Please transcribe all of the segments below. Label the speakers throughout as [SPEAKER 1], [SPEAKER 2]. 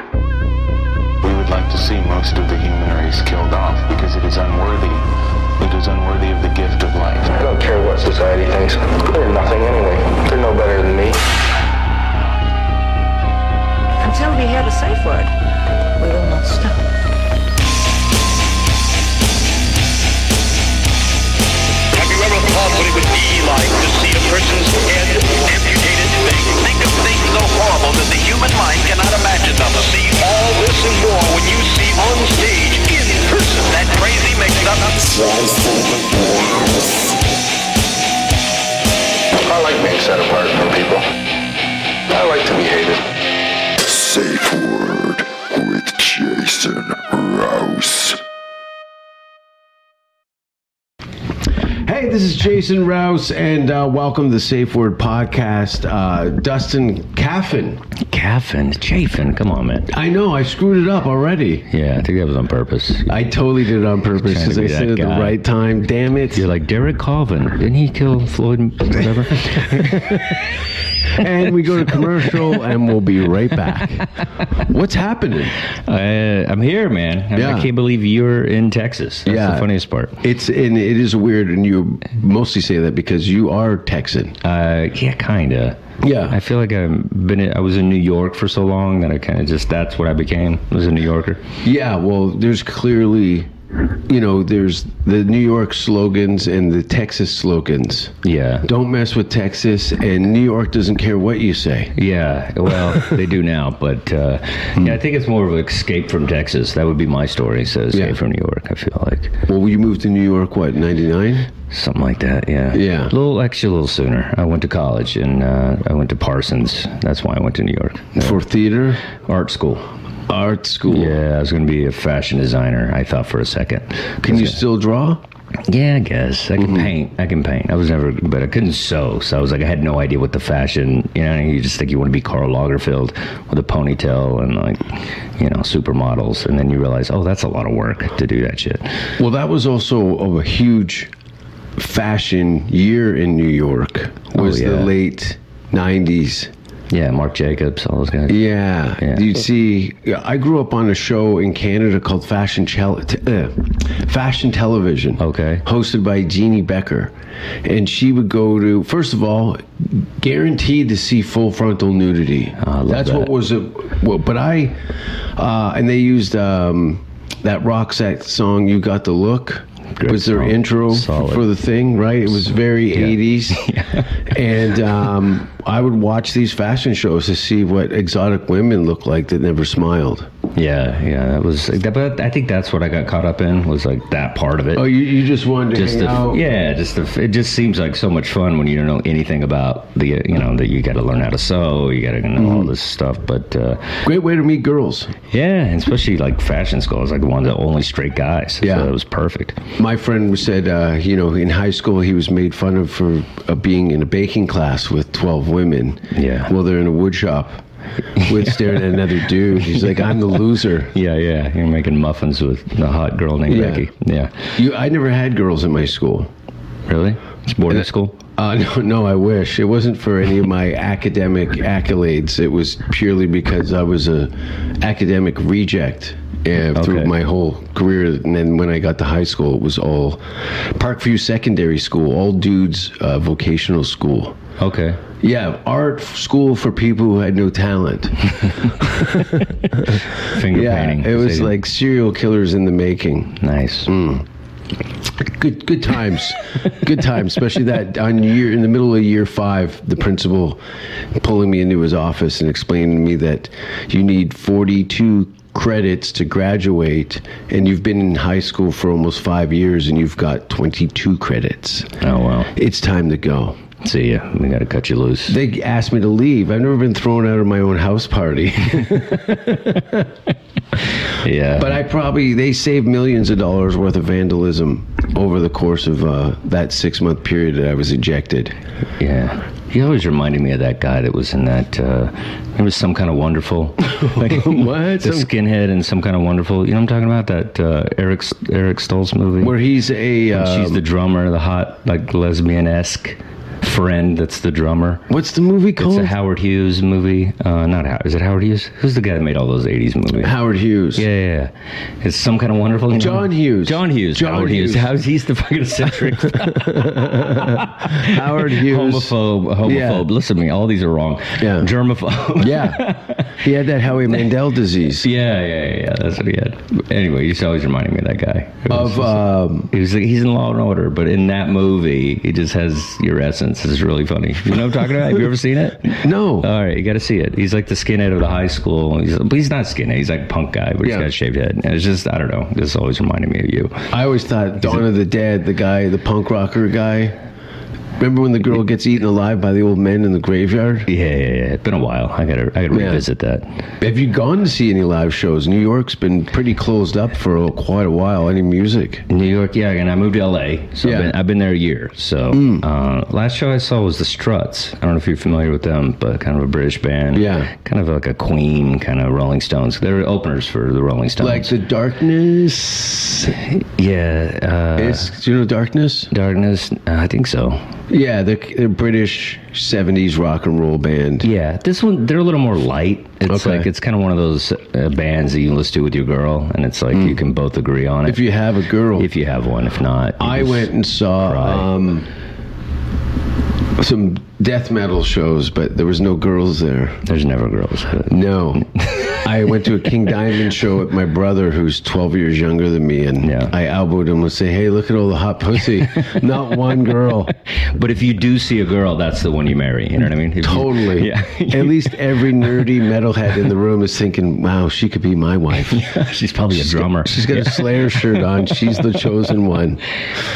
[SPEAKER 1] We would like to see most of the human race killed off because it is unworthy. It is unworthy of the gift of life.
[SPEAKER 2] I don't care what society thinks. They're nothing anyway. They're no better than me.
[SPEAKER 3] Until we hear the safe word, we will not stop.
[SPEAKER 4] Have you ever thought what it would be like to see a person's head amputated? Think, think of things so horrible that the human mind cannot imagine them. See all this and more when you see on stage, in person, that crazy mix-up.
[SPEAKER 2] I like being set apart from people. I like to be hated.
[SPEAKER 5] Safe Word with Jason Rouse.
[SPEAKER 6] Hey, this is Jason Rouse, and uh, welcome to the Safe Word Podcast. Uh, Dustin Caffin.
[SPEAKER 7] Caffin, chafin. Come on, man.
[SPEAKER 6] I know, I screwed it up already.
[SPEAKER 7] Yeah, I think that was on purpose.
[SPEAKER 6] I totally did it on purpose
[SPEAKER 7] Trying to
[SPEAKER 6] because
[SPEAKER 7] be
[SPEAKER 6] I
[SPEAKER 7] that
[SPEAKER 6] said it at the
[SPEAKER 7] guy.
[SPEAKER 6] right time. Damn it.
[SPEAKER 7] You're like Derek Colvin. Didn't he kill Floyd? and Whatever.
[SPEAKER 6] and we go to commercial, and we'll be right back. What's happening?
[SPEAKER 7] uh, I'm here, man. I,
[SPEAKER 6] Yeah.
[SPEAKER 7] I can't believe you're in Texas. That's
[SPEAKER 6] Yeah.
[SPEAKER 7] the funniest part.
[SPEAKER 6] It's and it is weird, and you mostly say that because you are Texan.
[SPEAKER 7] Uh, yeah, kinda.
[SPEAKER 6] Yeah.
[SPEAKER 7] I feel like I've been. In, I was in New York for so long that I kind of just that's what I became. I was a New Yorker.
[SPEAKER 6] Yeah, well, there's clearly, you know, there's the New York slogans and the Texas slogans.
[SPEAKER 7] Yeah.
[SPEAKER 6] Don't mess with Texas, and New York doesn't care what you say.
[SPEAKER 7] Yeah, well, they do now, but uh, yeah, I think it's more of an escape from Texas. That would be my story. So escape
[SPEAKER 6] Hmm. Yeah.
[SPEAKER 7] from New York. I feel like
[SPEAKER 6] Well, you moved to New York, what, 99?
[SPEAKER 7] something like that. Yeah,
[SPEAKER 6] Yeah.
[SPEAKER 7] A little actually a little sooner. I went to college and uh, I went to Parsons. That's why I went to New York.
[SPEAKER 6] For theater,
[SPEAKER 7] Art school.
[SPEAKER 6] art school.
[SPEAKER 7] Yeah, I was going to be a fashion designer. I thought for a second.
[SPEAKER 6] Can you Mm-hmm. still draw?
[SPEAKER 7] Yeah, I guess I can paint. I can paint. I was never, but I couldn't sew, so I was like, I had no idea what the fashion. You know, you just think you want to be Karl Lagerfeld with a ponytail and like, you know, supermodels, and then you realize, oh, that's a lot of work to do that shit.
[SPEAKER 6] Well, that was also a huge fashion year in New York, was the
[SPEAKER 7] Oh, yeah.
[SPEAKER 6] late 90s.
[SPEAKER 7] Yeah, Marc Jacobs, all those guys.
[SPEAKER 6] Yeah.
[SPEAKER 7] Yeah.
[SPEAKER 6] You'd see, I grew up on a show in Canada called Fashion, Chel- t- uh, Fashion Television.
[SPEAKER 7] Okay.
[SPEAKER 6] Hosted by Jeannie Becker. And she would go to, first of all, guaranteed to see full frontal nudity.
[SPEAKER 7] Oh, I love
[SPEAKER 6] That's what
[SPEAKER 7] that.
[SPEAKER 6] was a, well, but I, uh, and they used um, that rock set song, You Got the Look.
[SPEAKER 7] Great
[SPEAKER 6] was their
[SPEAKER 7] song.
[SPEAKER 6] intro
[SPEAKER 7] Solid.
[SPEAKER 6] for the thing, right? It was very 80s. and um, I would watch these fashion shows to see what exotic women look like that never smiled.
[SPEAKER 7] Yeah, yeah, that was. That, but I think that's what I got caught up in was like that part of it.
[SPEAKER 6] Oh, you, you just wanted to
[SPEAKER 7] just
[SPEAKER 6] hang
[SPEAKER 7] the,
[SPEAKER 6] out?
[SPEAKER 7] yeah, just the, it just seems like so much fun when you don't know anything about the you know that you got to learn how to sew, you got to know
[SPEAKER 6] Mm-hmm.
[SPEAKER 7] all this stuff. But uh,
[SPEAKER 6] Great way to meet girls.
[SPEAKER 7] yeah, and especially like fashion school, I was like one of the only straight guys.
[SPEAKER 6] Yeah.
[SPEAKER 7] so it was perfect.
[SPEAKER 6] My friend said, uh, you know, in high school he was made fun of for uh, being in a baking class with 12 women.
[SPEAKER 7] Yeah.
[SPEAKER 6] Well, they're in a wood shop with staring at another dude. He's like, I'm the loser.
[SPEAKER 7] Yeah, yeah, you're making muffins with a hot girl named
[SPEAKER 6] Yeah.
[SPEAKER 7] Becky. Yeah,
[SPEAKER 6] You, I never had girls in my school.
[SPEAKER 7] really? It's boarding school.
[SPEAKER 6] Uh, no, no, I wish. It wasn't for any of my academic accolades. It was purely because I was a academic reject uh, through
[SPEAKER 7] Okay.
[SPEAKER 6] my whole career. And then when I got to high school, it was all Parkview Secondary School, all dudes uh, vocational school.
[SPEAKER 7] Okay.
[SPEAKER 6] Yeah, art f- school for people who had no talent.
[SPEAKER 7] Finger
[SPEAKER 6] Yeah,
[SPEAKER 7] painting.
[SPEAKER 6] it was
[SPEAKER 7] Say-
[SPEAKER 6] like Mm. serial killers in the making.
[SPEAKER 7] nice.
[SPEAKER 6] Good, good times, good times. Especially that on year in the middle of year five, the principal pulling me into his office and explaining to me that you need forty-two credits to graduate, and you've been in high school for almost five years, and you've got twenty-two credits.
[SPEAKER 7] Oh wow.
[SPEAKER 6] It's time to go.
[SPEAKER 7] See ya. We got to cut you loose.
[SPEAKER 6] They asked me to leave. I've never been thrown out of my own house party,
[SPEAKER 7] yeah.
[SPEAKER 6] but I probably they saved millions of dollars worth of vandalism over the course of uh, that six-month period that I was ejected.
[SPEAKER 7] yeah. He always reminded me of that guy that was in that. Uh, it was some kind of wonderful. Like,
[SPEAKER 6] What?
[SPEAKER 7] The
[SPEAKER 6] Some-
[SPEAKER 7] skinhead and some kind of wonderful. You know what I'm talking about? That uh, Eric Eric Stoltz movie
[SPEAKER 6] Where he's a.
[SPEAKER 7] And
[SPEAKER 6] Um,
[SPEAKER 7] she's the drummer, the hot like lesbian esque friend that's the drummer.
[SPEAKER 6] what's the movie
[SPEAKER 7] It's
[SPEAKER 6] called?
[SPEAKER 7] a Howard Hughes movie. Uh, not Howard. Is it Howard Hughes? Who's the guy that made all those '80s movies?
[SPEAKER 6] Howard Hughes.
[SPEAKER 7] Yeah, yeah, yeah. It's some kind of wonderful. you know?
[SPEAKER 6] John Hughes.
[SPEAKER 7] John Hughes.
[SPEAKER 6] John
[SPEAKER 7] Howard Hughes.
[SPEAKER 6] Hughes.
[SPEAKER 7] How's he's the fucking eccentric
[SPEAKER 6] Howard Hughes.
[SPEAKER 7] homophobe. Homophobe.
[SPEAKER 6] Yeah.
[SPEAKER 7] Listen to me. All these are wrong.
[SPEAKER 6] Yeah.
[SPEAKER 7] Germaphobe.
[SPEAKER 6] Yeah. He had that Howie Mandel disease.
[SPEAKER 7] Yeah, yeah, yeah, yeah. That's what he had. Anyway, he's always reminding me of that guy. It was
[SPEAKER 6] Of um,
[SPEAKER 7] He was, he's in Law and Order, but in that movie, he just has your essence. It's really funny. You know what I'm talking about? Have you ever seen it?
[SPEAKER 6] no.
[SPEAKER 7] All right, you got to see it. He's like the skinhead of the high school. He's, but he's not skinhead. He's like a punk guy, but he's
[SPEAKER 6] Yeah.
[SPEAKER 7] got a shaved head. And it's just, I don't know. This always reminded me of you.
[SPEAKER 6] I always thought Dawn of the Dead, the guy, the punk rocker guy. Remember when the girl gets eaten alive by the old men in the graveyard?
[SPEAKER 7] Yeah, yeah, yeah. It's been a while. I got to I gotta
[SPEAKER 6] Yeah.
[SPEAKER 7] revisit that.
[SPEAKER 6] Have you gone to see any live shows? New York's been pretty closed up for a- quite a while. Any music?
[SPEAKER 7] New York, yeah, and I moved to LA. So
[SPEAKER 6] Yeah. Hmm.
[SPEAKER 7] I've, been, I've been there a year. So uh, last show I saw was the Struts. I don't know if you're familiar with them, but kind of a British band.
[SPEAKER 6] Yeah.
[SPEAKER 7] Kind of like a Queen, kind of Rolling Stones. They were openers for the Rolling Stones.
[SPEAKER 6] Like the darkness.
[SPEAKER 7] Uh, yeah, uh,
[SPEAKER 6] It's, do you know darkness?
[SPEAKER 7] Darkness. Uh, I think so.
[SPEAKER 6] Yeah, they're, they're British '70s rock and roll band.
[SPEAKER 7] Yeah, this one they're a little more light. It's
[SPEAKER 6] Okay.
[SPEAKER 7] like it's kind of one of those uh, bands that you listen to with your girl, and it's like you can both agree on it
[SPEAKER 6] Hmm. If you have a girl,
[SPEAKER 7] if you have one. If not, you
[SPEAKER 6] I
[SPEAKER 7] just-
[SPEAKER 6] went and
[SPEAKER 7] cry.
[SPEAKER 6] saw um, some death metal shows, but there was no girls there.
[SPEAKER 7] There's never girls.
[SPEAKER 6] No. I went to a King Diamond show at my brother, who's 12 years younger than me, and
[SPEAKER 7] Yeah.
[SPEAKER 6] I elbowed him and say, "Hey, look at all the hot pussy. Not one girl.
[SPEAKER 7] But if you do see a girl, that's the one you marry. You know what I mean? If you-
[SPEAKER 6] Totally.
[SPEAKER 7] Yeah.
[SPEAKER 6] at least every nerdy metalhead in the room is thinking, "Wow, she could be my wife."
[SPEAKER 7] She's probably a drummer.
[SPEAKER 6] She's got a Slayer shirt on. She's the chosen one.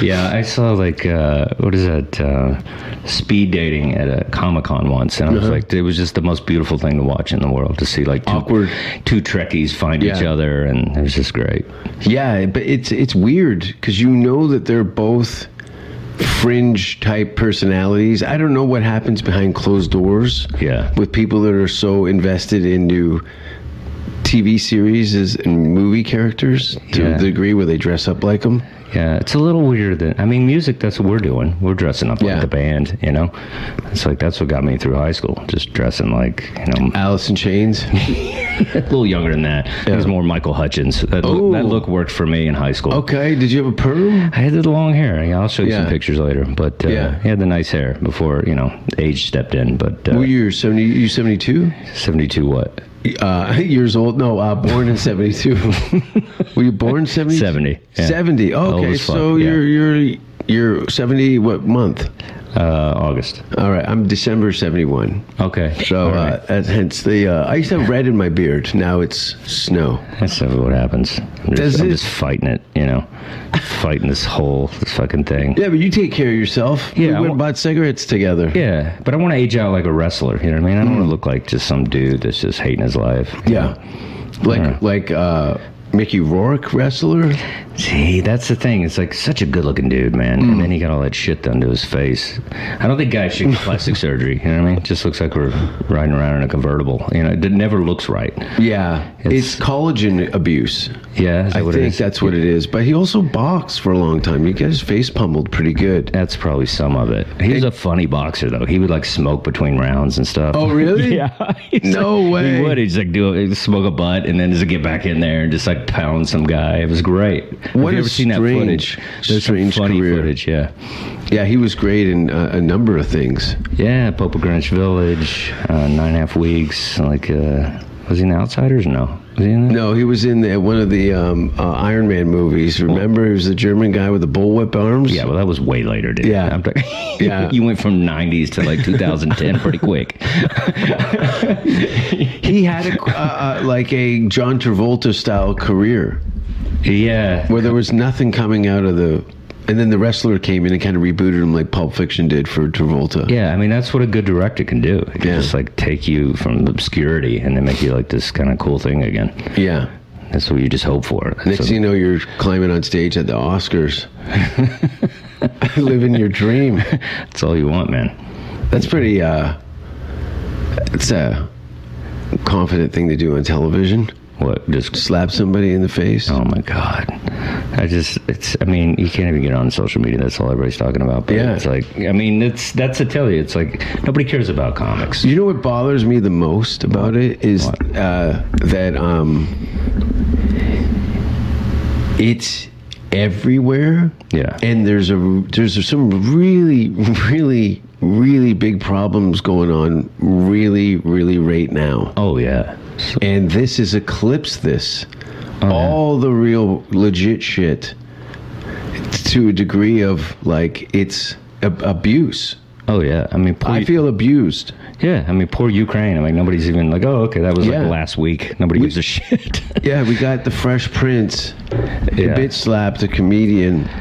[SPEAKER 7] Yeah, I saw like uh, what is that uh, speed dating at a Comic Con once, and I
[SPEAKER 6] Uh-huh.
[SPEAKER 7] was like, it was just the most beautiful thing to watch in the world to see like two,
[SPEAKER 6] Awkward.
[SPEAKER 7] two Trekkies find each
[SPEAKER 6] Yeah.
[SPEAKER 7] other, and it was just great.
[SPEAKER 6] Yeah, but it's it's weird because you know that they're both fringe type personalities. I don't know what happens behind closed doors.
[SPEAKER 7] Yeah.
[SPEAKER 6] with people that are so invested into TV series is- and movie characters to
[SPEAKER 7] Yeah.
[SPEAKER 6] the degree where they dress up like them.
[SPEAKER 7] Yeah, it's a little weirder than I mean, music. That's what we're doing. We're dressing up
[SPEAKER 6] Yeah.
[SPEAKER 7] like the band, you know. It's like that's what got me through high school, just dressing like you know
[SPEAKER 6] Alice in Chains.
[SPEAKER 7] a little younger than that. It was more Michael Hutchins. That,
[SPEAKER 6] Ooh.
[SPEAKER 7] look, that look worked for me in high school.
[SPEAKER 6] Okay, did you have a perm?
[SPEAKER 7] I had the long hair. Yeah, I'll show you
[SPEAKER 6] Yeah.
[SPEAKER 7] some pictures later. But uh,
[SPEAKER 6] Yeah.
[SPEAKER 7] he had the nice hair before you know age stepped in. But uh,
[SPEAKER 6] Were you seventy? You seventy two
[SPEAKER 7] seventy two? What
[SPEAKER 6] uh, years old? No, uh, born in seventy two. Were you born seventy?
[SPEAKER 7] 70, yeah.
[SPEAKER 6] Seventy.
[SPEAKER 7] Old
[SPEAKER 6] Okay,
[SPEAKER 7] as fuck,
[SPEAKER 6] so
[SPEAKER 7] yeah.
[SPEAKER 6] you're you're you're seventy. What month?
[SPEAKER 7] uh, August?
[SPEAKER 6] All right, I'm December seventy one.
[SPEAKER 7] Okay,
[SPEAKER 6] So
[SPEAKER 7] All
[SPEAKER 6] uh,
[SPEAKER 7] right.
[SPEAKER 6] that's- hence the uh, I used to have red in my beard. Now it's snow.
[SPEAKER 7] that's sort of what happens. I'm
[SPEAKER 6] Does
[SPEAKER 7] just, I'm
[SPEAKER 6] it-
[SPEAKER 7] just fighting it, you know, fighting this whole this fucking thing.
[SPEAKER 6] Yeah, but you take care of yourself.
[SPEAKER 7] Yeah,
[SPEAKER 6] we
[SPEAKER 7] I
[SPEAKER 6] went and
[SPEAKER 7] won't-
[SPEAKER 6] bought cigarettes together.
[SPEAKER 7] Yeah, but I want to age out like a wrestler. You know what I mean? I don't
[SPEAKER 6] Mm.
[SPEAKER 7] want to look like just some dude that's just hating his life.
[SPEAKER 6] Yeah. like like uh, Mickey Rourke wrestler.
[SPEAKER 7] See, that's the thing. It's like such a good-looking dude, man.
[SPEAKER 6] Hmm.
[SPEAKER 7] And then he got all that shit done to his face. I don't think guys should get plastic surgery. You know what I mean? Just looks like we're riding around in a convertible. You know, it never looks right.
[SPEAKER 6] Yeah, it's,
[SPEAKER 7] It's-
[SPEAKER 6] collagen abuse.
[SPEAKER 7] Yeah, is that
[SPEAKER 6] I
[SPEAKER 7] what it
[SPEAKER 6] think
[SPEAKER 7] is?
[SPEAKER 6] that's what it is. But he also boxed for a long time. He got his face pummeled pretty good.
[SPEAKER 7] That's probably some of it. He was a funny boxer, though. He would like smoke between rounds and stuff.
[SPEAKER 6] Oh really?
[SPEAKER 7] Yeah, He's
[SPEAKER 6] No
[SPEAKER 7] like-
[SPEAKER 6] way.
[SPEAKER 7] He would. He'd just like do a, smoke a butt and then just get back in there and just like pound some guy. It was great.
[SPEAKER 6] What
[SPEAKER 7] Have you
[SPEAKER 6] a
[SPEAKER 7] ever seen that
[SPEAKER 6] strange,
[SPEAKER 7] footage? There's some
[SPEAKER 6] strange
[SPEAKER 7] funny
[SPEAKER 6] career.
[SPEAKER 7] footage. Yeah,
[SPEAKER 6] Yeah, he was great in uh, a number of things.
[SPEAKER 7] yeah. Pope of Greenwich Village, uh, nine and a half weeks. Like, uh, was he in the Outsiders? No, was he in that?
[SPEAKER 6] No, he was in the, one of the um, uh, Iron Man movies. Remember, he was the German guy with the bullwhip arms.
[SPEAKER 7] Yeah, well, that was way later, dude.
[SPEAKER 6] Yeah.
[SPEAKER 7] I'm talking.
[SPEAKER 6] Yeah.
[SPEAKER 7] you went from '90s to like 2010 pretty quick.
[SPEAKER 6] he had a uh, uh, like a John Travolta style career
[SPEAKER 7] Yeah,
[SPEAKER 6] where there was nothing coming out of the, and then the wrestler came in and kind of rebooted him like Pulp Fiction did for Travolta.
[SPEAKER 7] Yeah, I mean that's what a good director can do. It can
[SPEAKER 6] Yeah.
[SPEAKER 7] just like take you from obscurity and then make you like this kind of cool thing again.
[SPEAKER 6] yeah.
[SPEAKER 7] That's what you just hope for. That's
[SPEAKER 6] Next
[SPEAKER 7] what-
[SPEAKER 6] thing you know, you're climbing on stage at the Oscars. Living your dream.
[SPEAKER 7] that's all you want, man.
[SPEAKER 6] That's pretty. uh It's a confident thing to do on television.
[SPEAKER 7] What? Just
[SPEAKER 6] Slap somebody in the face.
[SPEAKER 7] oh my god! I just it's. I mean, you can't even get on social media. That's all everybody's talking about. But
[SPEAKER 6] Yeah.
[SPEAKER 7] It's like I mean, it's that's to tell you. It's like nobody cares about comics.
[SPEAKER 6] You know what bothers me the most about it is
[SPEAKER 7] What?
[SPEAKER 6] uh, that um, it's everywhere.
[SPEAKER 7] Yeah.
[SPEAKER 6] and there's a there's some really really really big problems going on really really right now.
[SPEAKER 7] Oh yeah. So-
[SPEAKER 6] And this is eclipse this
[SPEAKER 7] Oh, yeah.
[SPEAKER 6] all the real legit shit to a degree of like it's ab- abuse.
[SPEAKER 7] Oh yeah. I mean, poor,
[SPEAKER 6] I feel abused.
[SPEAKER 7] yeah. I mean, poor Ukraine. I'm like nobody's even like, oh okay, that was
[SPEAKER 6] Yeah.
[SPEAKER 7] like last week. Nobody gives a shit.
[SPEAKER 6] Yeah, we got the Fresh Prince.
[SPEAKER 7] Yeah.
[SPEAKER 6] The bitch slapped a comedian.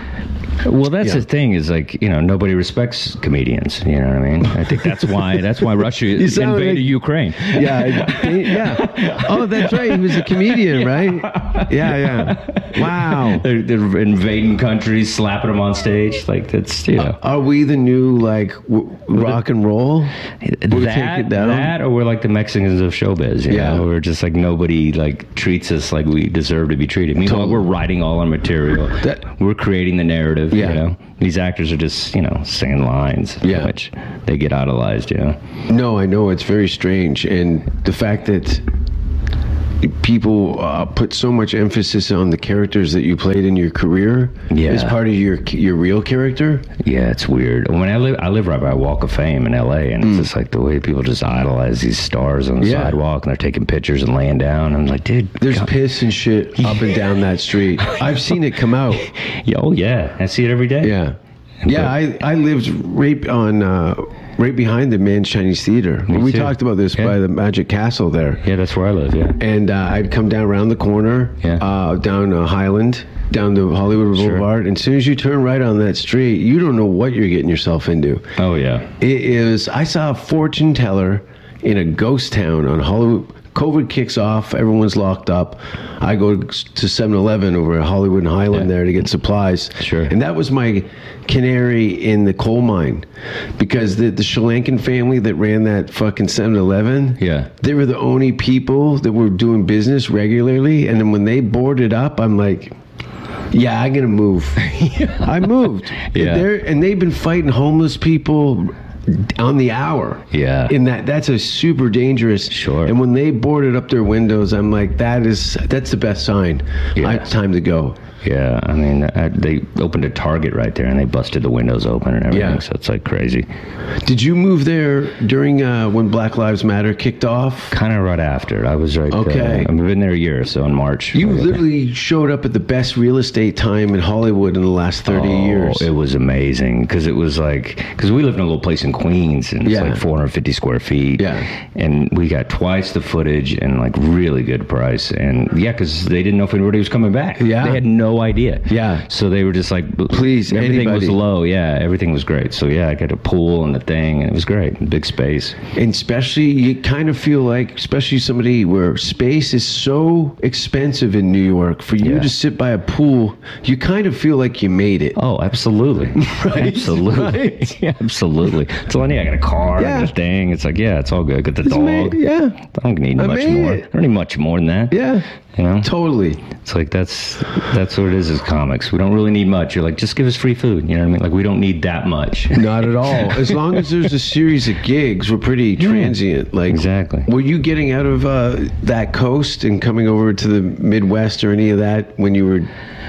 [SPEAKER 7] Well, that's
[SPEAKER 6] Yeah.
[SPEAKER 7] the thing is like you know nobody respects comedians. You know what I mean? I think that's why that's why Russia
[SPEAKER 6] sound like-
[SPEAKER 7] invaded Ukraine.
[SPEAKER 6] Yeah, I- yeah. Oh, that's right. He was a comedian, right? Yeah, yeah. Wow.
[SPEAKER 7] They're, they're invading countries, slapping them on stage. Like that's you know
[SPEAKER 6] Are we the new like w- rock and roll? we take
[SPEAKER 7] that
[SPEAKER 6] it down?
[SPEAKER 7] that or we're like the Mexicans of showbiz. You
[SPEAKER 6] Yeah.
[SPEAKER 7] yeah, know? we're just like nobody like treats us like we deserve to be treated. Meanwhile,
[SPEAKER 6] Totally.
[SPEAKER 7] we're writing all our material.
[SPEAKER 6] That-
[SPEAKER 7] we're creating the narrative.
[SPEAKER 6] Yeah.
[SPEAKER 7] you know these actors are just you know saying lines.
[SPEAKER 6] Yeah.
[SPEAKER 7] which they get idolized. You know.
[SPEAKER 6] No, I know it's very strange, and the fact that people uh, put so much emphasis on the characters that you played in your career
[SPEAKER 7] Yeah.
[SPEAKER 6] as part of your your real character.
[SPEAKER 7] Yeah, it's weird. When I live, I live right by Walk of Fame in L.A., and it's just like the way people just idolize these stars on the
[SPEAKER 6] Mm. Yeah.
[SPEAKER 7] sidewk, and they're taking pictures and laying down. I'm like, dude,
[SPEAKER 6] There's
[SPEAKER 7] God-
[SPEAKER 6] piss and shit up and down that street. I've seen it come out.
[SPEAKER 7] yeah, oh yeah, I see it every day.
[SPEAKER 6] Yeah, yeah. I I lived right on uh, right behind the Man's Chinese Theater. we
[SPEAKER 7] too.
[SPEAKER 6] talked about this
[SPEAKER 7] Yeah.
[SPEAKER 6] by the Magic Castle there.
[SPEAKER 7] yeah, that's where I live. Yeah,
[SPEAKER 6] and uh, I'd come down around the corner,
[SPEAKER 7] Yeah.
[SPEAKER 6] uh, down uh, Highland, down to Hollywood
[SPEAKER 7] Sure.
[SPEAKER 6] Boulevard. And as soon as you turn right on that street, you don't know what you're getting yourself into.
[SPEAKER 7] oh yeah,
[SPEAKER 6] It is. I saw a fortune teller in a ghost town on Hollywood. COVID kicks off. Everyone's locked up. I go to 7-Eleven over at Hollywood and Highland
[SPEAKER 7] Yeah.
[SPEAKER 6] there to get supplies.
[SPEAKER 7] Sure.
[SPEAKER 6] And that was my canary in the coal mine because the, the Sri Lankan family that ran that fucking 7-Eleven,
[SPEAKER 7] Yeah.
[SPEAKER 6] they were the only people that were doing business regularly. And then when they boarded up, I'm like, yeah, I'm gonna move. I moved.
[SPEAKER 7] Yeah.
[SPEAKER 6] They're, and they've been fighting homeless people on the hour.
[SPEAKER 7] Yeah.
[SPEAKER 6] In that, that's a super dangerous.
[SPEAKER 7] Sure.
[SPEAKER 6] And when they boarded up their windows, I'm like, that is that's the best sign.
[SPEAKER 7] Yeah.
[SPEAKER 6] I, time to go.
[SPEAKER 7] yeah. I mean, I, they opened a Target right there, and they busted the windows open and everything.
[SPEAKER 6] Yeah.
[SPEAKER 7] So it's like crazy.
[SPEAKER 6] Did you move there during uh, when Black Lives Matter kicked off?
[SPEAKER 7] Kind of right after, I was like, uh,
[SPEAKER 6] Okay.
[SPEAKER 7] I've been there a year, so in March.
[SPEAKER 6] You
[SPEAKER 7] I got there.
[SPEAKER 6] literally showed up at the best real estate time in Hollywood in the last 30
[SPEAKER 7] Oh,
[SPEAKER 6] years.
[SPEAKER 7] It was amazing because it was like because we lived in a little place in Queens and
[SPEAKER 6] Yeah.
[SPEAKER 7] it's like 450 square feet.
[SPEAKER 6] Yeah.
[SPEAKER 7] and we got twice the footage and like really good price and yeah, because they didn't know if anybody was coming back.
[SPEAKER 6] Yeah.
[SPEAKER 7] they had no idea.
[SPEAKER 6] Yeah.
[SPEAKER 7] so they were just like,
[SPEAKER 6] Please,
[SPEAKER 7] everything was
[SPEAKER 6] anybody.
[SPEAKER 7] low. Yeah, everything was great. So yeah, I got a pool and the thing and it was great, big space.
[SPEAKER 6] And especially, you kind of feel like, especially somebody where space is so expensive in New York, for you
[SPEAKER 7] Yeah.
[SPEAKER 6] to sit by a pool, you kind of feel like you made it.
[SPEAKER 7] Oh, absolutely. Absolutely.
[SPEAKER 6] right.
[SPEAKER 7] Yeah, absolutely. That's all I need. I got a car, I
[SPEAKER 6] Yeah.
[SPEAKER 7] got a thing. It's like, yeah, it's all good. Got the
[SPEAKER 6] It's ama-
[SPEAKER 7] dog.
[SPEAKER 6] yeah.
[SPEAKER 7] I don't need
[SPEAKER 6] I
[SPEAKER 7] much
[SPEAKER 6] made
[SPEAKER 7] more.
[SPEAKER 6] it.
[SPEAKER 7] I don't need much more than that.
[SPEAKER 6] Yeah,
[SPEAKER 7] You know?
[SPEAKER 6] totally.
[SPEAKER 7] It's like that's that's what it is as comics. We don't really need much. You're like, just give us free food. You know what I mean? Like we don't need that much.
[SPEAKER 6] Not at all. As long as there's a series of gigs, we're pretty transient. Like
[SPEAKER 7] Exactly.
[SPEAKER 6] Were you getting out of uh, that coast and coming over to the Midwest or any of that when you were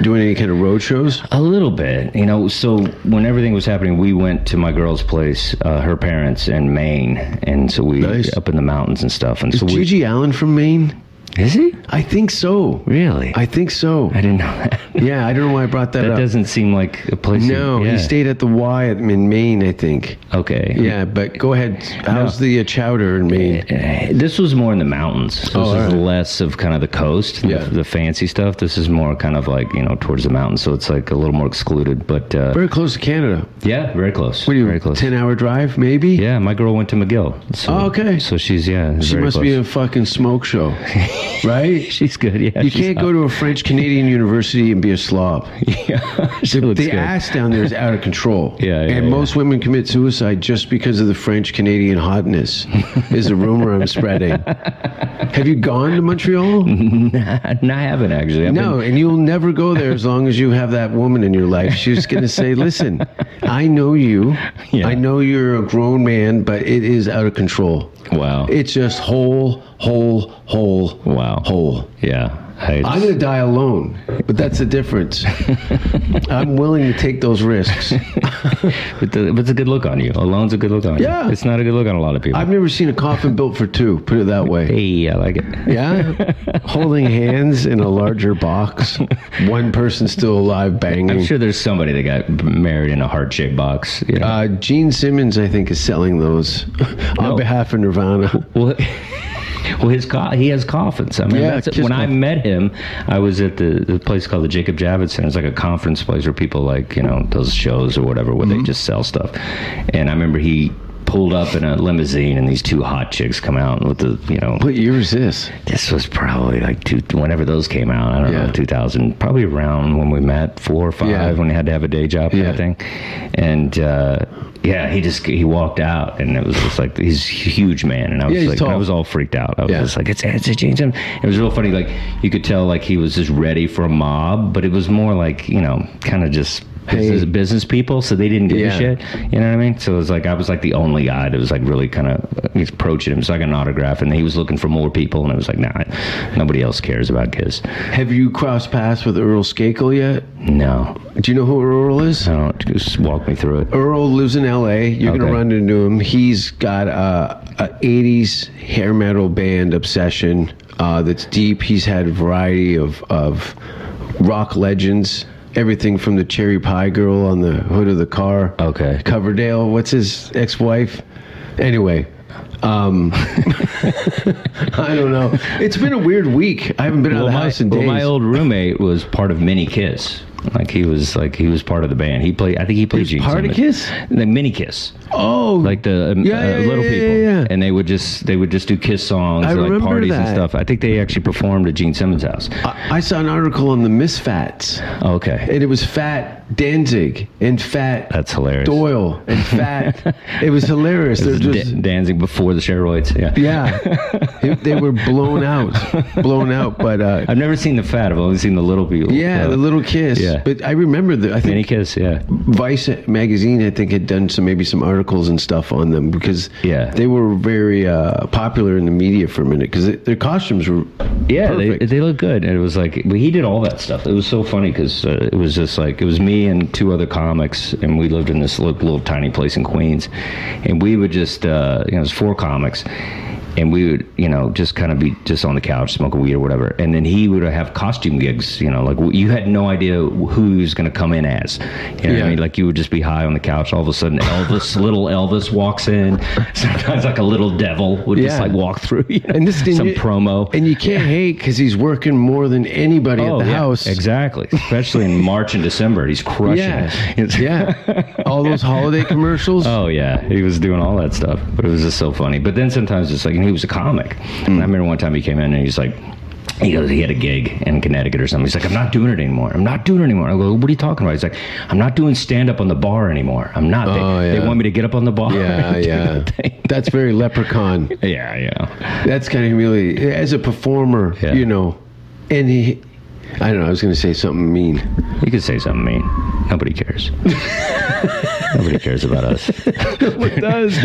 [SPEAKER 6] doing any kind of road shows?
[SPEAKER 7] A little bit, you know. So when everything was happening, we went to my girl's place, uh, her parents in Maine, and so we
[SPEAKER 6] Nice.
[SPEAKER 7] up in the mountains and stuff. And so we
[SPEAKER 6] Gigi Allen from Maine?
[SPEAKER 7] is he
[SPEAKER 6] I think so.
[SPEAKER 7] really?
[SPEAKER 6] I think so.
[SPEAKER 7] I didn't know that.
[SPEAKER 6] Yeah, I don't know why I brought that,
[SPEAKER 7] That
[SPEAKER 6] up.
[SPEAKER 7] doesn't seem like a place.
[SPEAKER 6] No,
[SPEAKER 7] yeah. Hmm.
[SPEAKER 6] he stayed at the Y at, in Maine, I think.
[SPEAKER 7] Okay.
[SPEAKER 6] Yeah, but go ahead. How's the uh, chowder in Maine?
[SPEAKER 7] Eh, This was more in the mountains. This
[SPEAKER 6] Oh, all
[SPEAKER 7] is
[SPEAKER 6] right.
[SPEAKER 7] less of kind of the coast,
[SPEAKER 6] Yeah.
[SPEAKER 7] the, the fancy stuff. This is more kind of like you know towards the mountains, so it's like a little more excluded. But uh,
[SPEAKER 6] Very close to Canada.
[SPEAKER 7] yeah, very close.
[SPEAKER 6] What do you?
[SPEAKER 7] very close.
[SPEAKER 6] Ten hour drive, maybe.
[SPEAKER 7] yeah, my girl went to McGill. So,
[SPEAKER 6] Oh, okay.
[SPEAKER 7] So she's yeah.
[SPEAKER 6] She
[SPEAKER 7] very
[SPEAKER 6] must
[SPEAKER 7] close.
[SPEAKER 6] be a fucking smoke show. right?
[SPEAKER 7] She's good. Yeah,
[SPEAKER 6] You
[SPEAKER 7] she's
[SPEAKER 6] can't
[SPEAKER 7] hot.
[SPEAKER 6] go to a French Canadian university and be a slob.
[SPEAKER 7] Yeah, she
[SPEAKER 6] The,
[SPEAKER 7] looks
[SPEAKER 6] the
[SPEAKER 7] good.
[SPEAKER 6] ass down there is out of control.
[SPEAKER 7] Yeah, yeah,
[SPEAKER 6] and
[SPEAKER 7] yeah.
[SPEAKER 6] most women commit suicide just because of the French Canadian hotness, is a rumor I'm spreading. Have you gone to Montreal?
[SPEAKER 7] no, I haven't actually. I've
[SPEAKER 6] No, and you'll never go there as long as you have that woman in your life. She's going to say, "Listen, I know you.
[SPEAKER 7] Yeah.
[SPEAKER 6] I know you're a grown man, but it is out of control.
[SPEAKER 7] Been, wow.
[SPEAKER 6] It's just whole, whole, whole,
[SPEAKER 7] Wow.
[SPEAKER 6] whole."
[SPEAKER 7] yeah. I,
[SPEAKER 6] I'm going to die alone, but that's the difference. I'm willing to take those risks.
[SPEAKER 7] but, the, but it's a good look on you. Alone's a good look on you.
[SPEAKER 6] Yeah.
[SPEAKER 7] It's not a good look on a lot of people.
[SPEAKER 6] I've never seen a coffin built for two. Put it that way.
[SPEAKER 7] hey, I like it.
[SPEAKER 6] Yeah, holding hands in a larger box. One person still alive, banging.
[SPEAKER 7] I'm sure there's somebody that got married in a heart shaped box. You know?
[SPEAKER 6] Uh, Gene Simmons, I think, is selling those on
[SPEAKER 7] No.
[SPEAKER 6] behalf of Nirvana.
[SPEAKER 7] well, well, his co- he has coffins. I mean,
[SPEAKER 6] Yeah,
[SPEAKER 7] that's it.
[SPEAKER 6] kiss
[SPEAKER 7] when I
[SPEAKER 6] coffin.
[SPEAKER 7] met him, I was at the, the place called the Jacob Javits Center. It's like a conference place where people like you know those shows or whatever where
[SPEAKER 6] Mm-hmm.
[SPEAKER 7] they just sell stuff. And I remember he pulled up in a limousine and these two hot chicks come out with the you know
[SPEAKER 6] What year is this?
[SPEAKER 7] this was probably like two whenever those came out i don't
[SPEAKER 6] Yeah.
[SPEAKER 7] know 2000 probably around when we met four or five
[SPEAKER 6] Yeah.
[SPEAKER 7] when we had to have a day job kind
[SPEAKER 6] Yeah.
[SPEAKER 7] of thing and uh, yeah he just he walked out and it was just like he's a huge man and i was
[SPEAKER 6] Yeah, he's
[SPEAKER 7] like
[SPEAKER 6] tall.
[SPEAKER 7] i was all freaked out i was
[SPEAKER 6] Yeah.
[SPEAKER 7] just like it's it's a james Gunn. it was real funny like you could tell like he was just ready for a mob but it was more like you know kind of just business, business people so they didn't give
[SPEAKER 6] Yeah.
[SPEAKER 7] a shit you know what I mean? So it was like I was like the only guy that was like really kind of approaching him. So I got an autograph, and he was looking for more people, and I was like, nah, nobody else cares about Kiss.
[SPEAKER 6] Have you crossed paths with Earl Skakel yet?
[SPEAKER 7] No,
[SPEAKER 6] Do you know who Earl is?
[SPEAKER 7] I don't. Just walk me through it.
[SPEAKER 6] Earl lives in L.A. You're gonna
[SPEAKER 7] Okay.
[SPEAKER 6] run into him. He's got a, a '80s hair metal band obsession uh, that's deep. He's had a variety of of rock legends. Everything from the Cherry Pie Girl on the hood of the car.
[SPEAKER 7] Okay.
[SPEAKER 6] Coverdale. What's his ex-wife? Anyway. Um, I don't know. It's been a weird week. I haven't been out
[SPEAKER 7] Well,
[SPEAKER 6] of the
[SPEAKER 7] my,
[SPEAKER 6] house in
[SPEAKER 7] well,
[SPEAKER 6] days.
[SPEAKER 7] my old roommate was part of Mini Kiss. Like he was like he was part of the band. He played. I think he played.
[SPEAKER 6] was
[SPEAKER 7] Gene
[SPEAKER 6] part of
[SPEAKER 7] Simmons.
[SPEAKER 6] Kiss?
[SPEAKER 7] The Mini Kiss,
[SPEAKER 6] oh,
[SPEAKER 7] like the um,
[SPEAKER 6] Yeah,
[SPEAKER 7] uh,
[SPEAKER 6] yeah,
[SPEAKER 7] little
[SPEAKER 6] yeah,
[SPEAKER 7] people,
[SPEAKER 6] yeah, yeah.
[SPEAKER 7] and they would just they would just do Kiss songs,
[SPEAKER 6] I
[SPEAKER 7] at, like
[SPEAKER 6] remember
[SPEAKER 7] parties and
[SPEAKER 6] that.
[SPEAKER 7] stuff. I think they actually performed at Gene Simmons' house.
[SPEAKER 6] I, I saw an article on the Misfats.
[SPEAKER 7] Okay,
[SPEAKER 6] and it was fat Danzig and fat
[SPEAKER 7] That's hilarious.
[SPEAKER 6] Doyle and fat. it was hilarious. They're
[SPEAKER 7] This is
[SPEAKER 6] just
[SPEAKER 7] Dan- dancing before the steroids. Yeah.
[SPEAKER 6] yeah, It- they were blown out, blown out. But uh,
[SPEAKER 7] I've never seen the fat. I've only seen the little people.
[SPEAKER 6] yeah,
[SPEAKER 7] Uh,
[SPEAKER 6] the little kiss.
[SPEAKER 7] yeah.
[SPEAKER 6] But I remember the I
[SPEAKER 7] mini
[SPEAKER 6] think
[SPEAKER 7] kiss. Yeah.
[SPEAKER 6] Vice magazine I think had done some maybe some articles and stuff on them because
[SPEAKER 7] Yeah.
[SPEAKER 6] they were very uh, popular in the media for a minute because their costumes were
[SPEAKER 7] Yeah, they,
[SPEAKER 6] perfect.
[SPEAKER 7] they look good. And it was like, but he did all that stuff. It was so funny because uh, it was just like, it was me and two other comics, and we lived in this little, little tiny place in Queens. And we would just, uh, you know, it was four comics. And we would, you know, just kind of be just on the couch smoking weed or whatever. And then he would have costume gigs, you know, like you had no idea who he was going to come in as. You know what
[SPEAKER 6] Yeah.
[SPEAKER 7] I mean? Like you would just be high on the couch. All of a sudden, Elvis, little Elvis walks in. Sometimes like a little devil would just
[SPEAKER 6] Yeah.
[SPEAKER 7] like walk through. You know,
[SPEAKER 6] and this and
[SPEAKER 7] some
[SPEAKER 6] you-
[SPEAKER 7] promo.
[SPEAKER 6] and you can't 'cause hate because he's working more than anybody at the
[SPEAKER 7] Oh, yeah,
[SPEAKER 6] house
[SPEAKER 7] Exactly. Especially in March and December. He's crushing
[SPEAKER 6] Yeah,
[SPEAKER 7] it.
[SPEAKER 6] yeah. All those holiday commercials.
[SPEAKER 7] Oh yeah, he was doing all that stuff, but it was just so funny. But then sometimes it's like, and he was a comic.
[SPEAKER 6] Mm.
[SPEAKER 7] And I remember one time he came in and he's like, he goes, he had a gig in Connecticut or something. He's like, I'm not doing it anymore. I'm not doing it anymore. I go, what are you talking about? He's like, I'm not doing stand up on the bar anymore. I'm not. They,
[SPEAKER 6] Oh,
[SPEAKER 7] they
[SPEAKER 6] yeah.
[SPEAKER 7] want me to get up on the bar.
[SPEAKER 6] yeah,
[SPEAKER 7] and do
[SPEAKER 6] yeah.
[SPEAKER 7] the thing.
[SPEAKER 6] That's very leprechaun.
[SPEAKER 7] yeah, yeah.
[SPEAKER 6] That's kind of really as a performer,
[SPEAKER 7] Yeah.
[SPEAKER 6] you know. And he, I don't know. I was going to say something mean.
[SPEAKER 7] You could say something mean. Nobody cares. Nobody cares about us.
[SPEAKER 6] It does,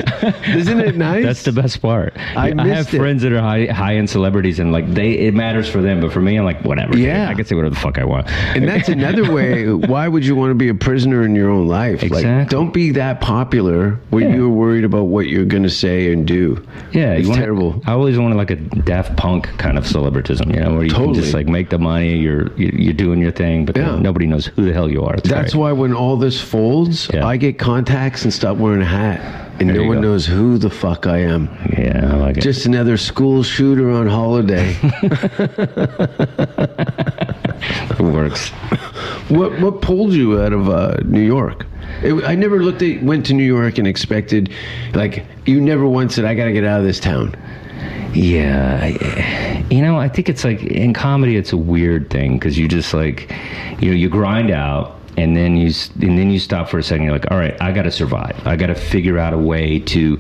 [SPEAKER 6] isn't it nice?
[SPEAKER 7] That's the best part.
[SPEAKER 6] I
[SPEAKER 7] have
[SPEAKER 6] missed it.
[SPEAKER 7] friends that are high high end celebrities, and like they, it matters for them. But for me, I'm like whatever. dude.
[SPEAKER 6] Yeah.
[SPEAKER 7] I can say whatever the fuck I want.
[SPEAKER 6] And that's another way. Why would you want to be a prisoner in your own life? Like,
[SPEAKER 7] Exactly.
[SPEAKER 6] don't be that popular where
[SPEAKER 7] Yeah.
[SPEAKER 6] you're worried about what you're going to say and do.
[SPEAKER 7] yeah,
[SPEAKER 6] it's
[SPEAKER 7] you wanna-
[SPEAKER 6] terrible.
[SPEAKER 7] I always wanted like a Daft Punk kind of celebritism, you know, where you can
[SPEAKER 6] Totally.
[SPEAKER 7] just like make the money, you're you- you're doing your thing, but
[SPEAKER 6] Yeah.
[SPEAKER 7] then nobody knows who the hell you are. It's
[SPEAKER 6] That's
[SPEAKER 7] great.
[SPEAKER 6] why when all this folds,
[SPEAKER 7] Yeah.
[SPEAKER 6] I get contacts and stop wearing a hat, and
[SPEAKER 7] There
[SPEAKER 6] no
[SPEAKER 7] you
[SPEAKER 6] one
[SPEAKER 7] go.
[SPEAKER 6] knows who the fuck I am.
[SPEAKER 7] Yeah, I like it.
[SPEAKER 6] Just another school shooter on holiday.
[SPEAKER 7] it works.
[SPEAKER 6] what what pulled you out of uh, New York? It, I never looked at went to New York and expected, like you never once said I got to get out of this town.
[SPEAKER 7] Yeah, I- you know, I think it's like in comedy, it's a weird thing because you just like, you know, you grind out. And then you s- and then you stop for a second. You're like, all right, I got to survive. I got to figure out a way to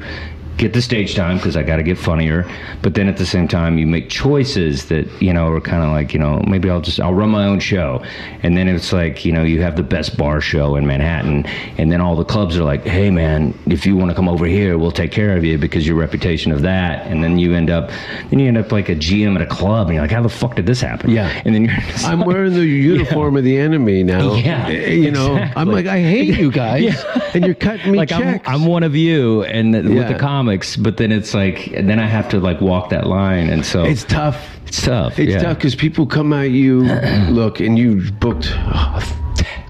[SPEAKER 7] get the stage time because I got to get funnier. But then at the same time, you make choices that you know are kind of like you know maybe I'll just I'll run my own show. And then it's like you know you have the best bar show in Manhattan, and then all the clubs are like, hey man, if you want to come over here, we'll take care of you because your reputation of that. And then you end up then you end up like a GM at a club, and you're like, how the fuck did this happen?
[SPEAKER 6] Yeah.
[SPEAKER 7] And then you're
[SPEAKER 6] I'm wearing the uniform of the enemy now.
[SPEAKER 7] Yeah,
[SPEAKER 6] Eh, You know, I'm
[SPEAKER 7] exactly.
[SPEAKER 6] like, I hate you guys,
[SPEAKER 7] Yeah.
[SPEAKER 6] and you're cutting me
[SPEAKER 7] like I'm,
[SPEAKER 6] checks.
[SPEAKER 7] I'm one of you and th- with
[SPEAKER 6] Yeah.
[SPEAKER 7] the comics but then it's like then i have to like walk that line and so
[SPEAKER 6] it's tough.
[SPEAKER 7] It's tough.
[SPEAKER 6] It's
[SPEAKER 7] yeah.
[SPEAKER 6] tough because people come at you, look, and you booked uh,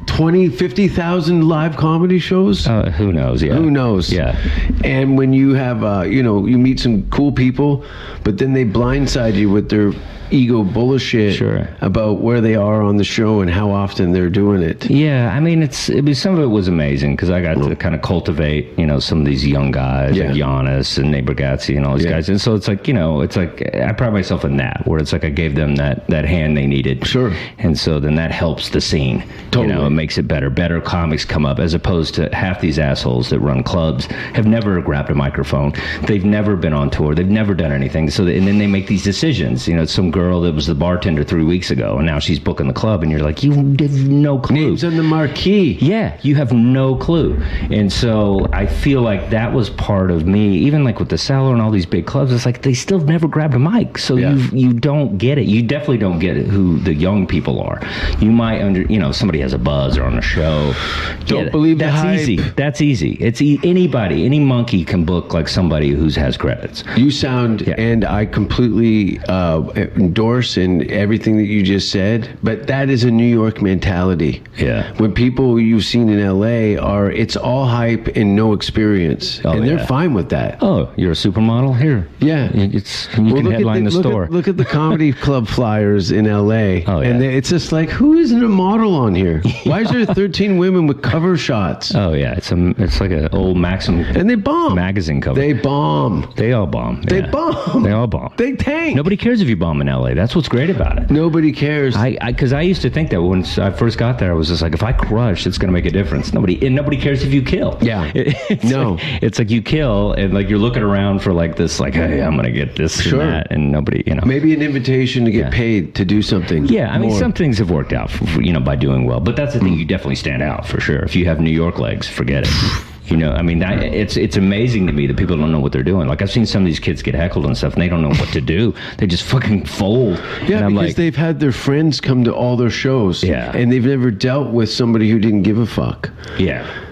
[SPEAKER 6] 20, 50,000 live comedy shows.
[SPEAKER 7] Uh, who knows? Yeah.
[SPEAKER 6] Who knows?
[SPEAKER 7] Yeah.
[SPEAKER 6] And when you have, uh, you know, you meet some cool people, but then they blindside you with their ego bullshit
[SPEAKER 7] Sure.
[SPEAKER 6] about where they are on the show and how often they're doing it. Mm-hmm.
[SPEAKER 7] Yeah, I mean, it's it was, some of it was amazing because I got to kind of cultivate, you know, some of these young guys, like
[SPEAKER 6] Yeah.
[SPEAKER 7] Giannis and Neighbor Gatsi and all these
[SPEAKER 6] Yeah.
[SPEAKER 7] guys, and so it's like you know, it's like I pride myself in that, where it's like I gave them that that hand they needed,
[SPEAKER 6] Sure.
[SPEAKER 7] and so then that helps the scene. you know,
[SPEAKER 6] Totally.
[SPEAKER 7] it makes it better. Better comics come up as opposed to half these assholes that run clubs have never grabbed a microphone, they've never been on tour, they've never done anything. So and then they make these decisions. You know, some girl that was the bartender three weeks ago, and now she's booking the club, and you're like, you have no clue.
[SPEAKER 6] Names on the marquee.
[SPEAKER 7] Yeah, you have no clue. And so I feel like that was part of me, even like with the cellar and all these big clubs, it's like they still never grabbed a mic. So
[SPEAKER 6] Yeah.
[SPEAKER 7] you you don't get it. You definitely don't get it who the young people are. You might under you know, somebody has a buzz or on a show.
[SPEAKER 6] Don't believe the
[SPEAKER 7] that's
[SPEAKER 6] hype.
[SPEAKER 7] easy. That's easy. It's e- anybody, any monkey can book like somebody who's has credits.
[SPEAKER 6] You sound
[SPEAKER 7] Yeah.
[SPEAKER 6] and I completely uh, endorse in everything that you just said, but that is a New York mentality.
[SPEAKER 7] Yeah.
[SPEAKER 6] When people you've seen in LA are, it's all hype and no experience,
[SPEAKER 7] Oh,
[SPEAKER 6] and they're
[SPEAKER 7] yeah.
[SPEAKER 6] fine with that.
[SPEAKER 7] Oh, you're a supermodel here.
[SPEAKER 6] Yeah.
[SPEAKER 7] It's you
[SPEAKER 6] Well,
[SPEAKER 7] can
[SPEAKER 6] look at
[SPEAKER 7] headline the,
[SPEAKER 6] look at-
[SPEAKER 7] store.
[SPEAKER 6] look at the comedy club flyers in LA.
[SPEAKER 7] Oh, yeah.
[SPEAKER 6] And they- it's just like, who isn't a model on here? Why is there 13 women with cover shots?
[SPEAKER 7] Oh yeah, it's a it's like an old Maxim
[SPEAKER 6] and they bomb.
[SPEAKER 7] magazine cover.
[SPEAKER 6] They bomb.
[SPEAKER 7] They all bomb.
[SPEAKER 6] They
[SPEAKER 7] yeah.
[SPEAKER 6] bomb.
[SPEAKER 7] They all bomb.
[SPEAKER 6] They tank.
[SPEAKER 7] Nobody cares if you bomb in LA. That's what's great about it.
[SPEAKER 6] Nobody cares.
[SPEAKER 7] I because I, used to think that when I first got there, I was just like, if I crush, it's gonna make a difference. Nobody and nobody cares if you kill.
[SPEAKER 6] Yeah.
[SPEAKER 7] It- it's
[SPEAKER 6] No.
[SPEAKER 7] like, it's like you kill and like you're looking around for like this, like hey, I'm gonna get this
[SPEAKER 6] Sure.
[SPEAKER 7] and that, and nobody, you know.
[SPEAKER 6] Maybe an invitation to get
[SPEAKER 7] Yeah.
[SPEAKER 6] paid to do something.
[SPEAKER 7] Yeah, I mean,
[SPEAKER 6] more. Mm.
[SPEAKER 7] some things have worked out, for, for, you know, by doing well. But that's the thing; you definitely stand out for sure. If you have New York legs, forget it. You know, I mean, that, it's it's amazing to me that people don't know what they're doing. Like I've seen some of these kids get heckled and stuff, and they don't know what to do. They just fucking fold.
[SPEAKER 6] Yeah,
[SPEAKER 7] and I'm
[SPEAKER 6] because
[SPEAKER 7] like,
[SPEAKER 6] they've had their friends come to all their shows.
[SPEAKER 7] Yeah.
[SPEAKER 6] And they've never dealt with somebody who didn't give a fuck.
[SPEAKER 7] yeah.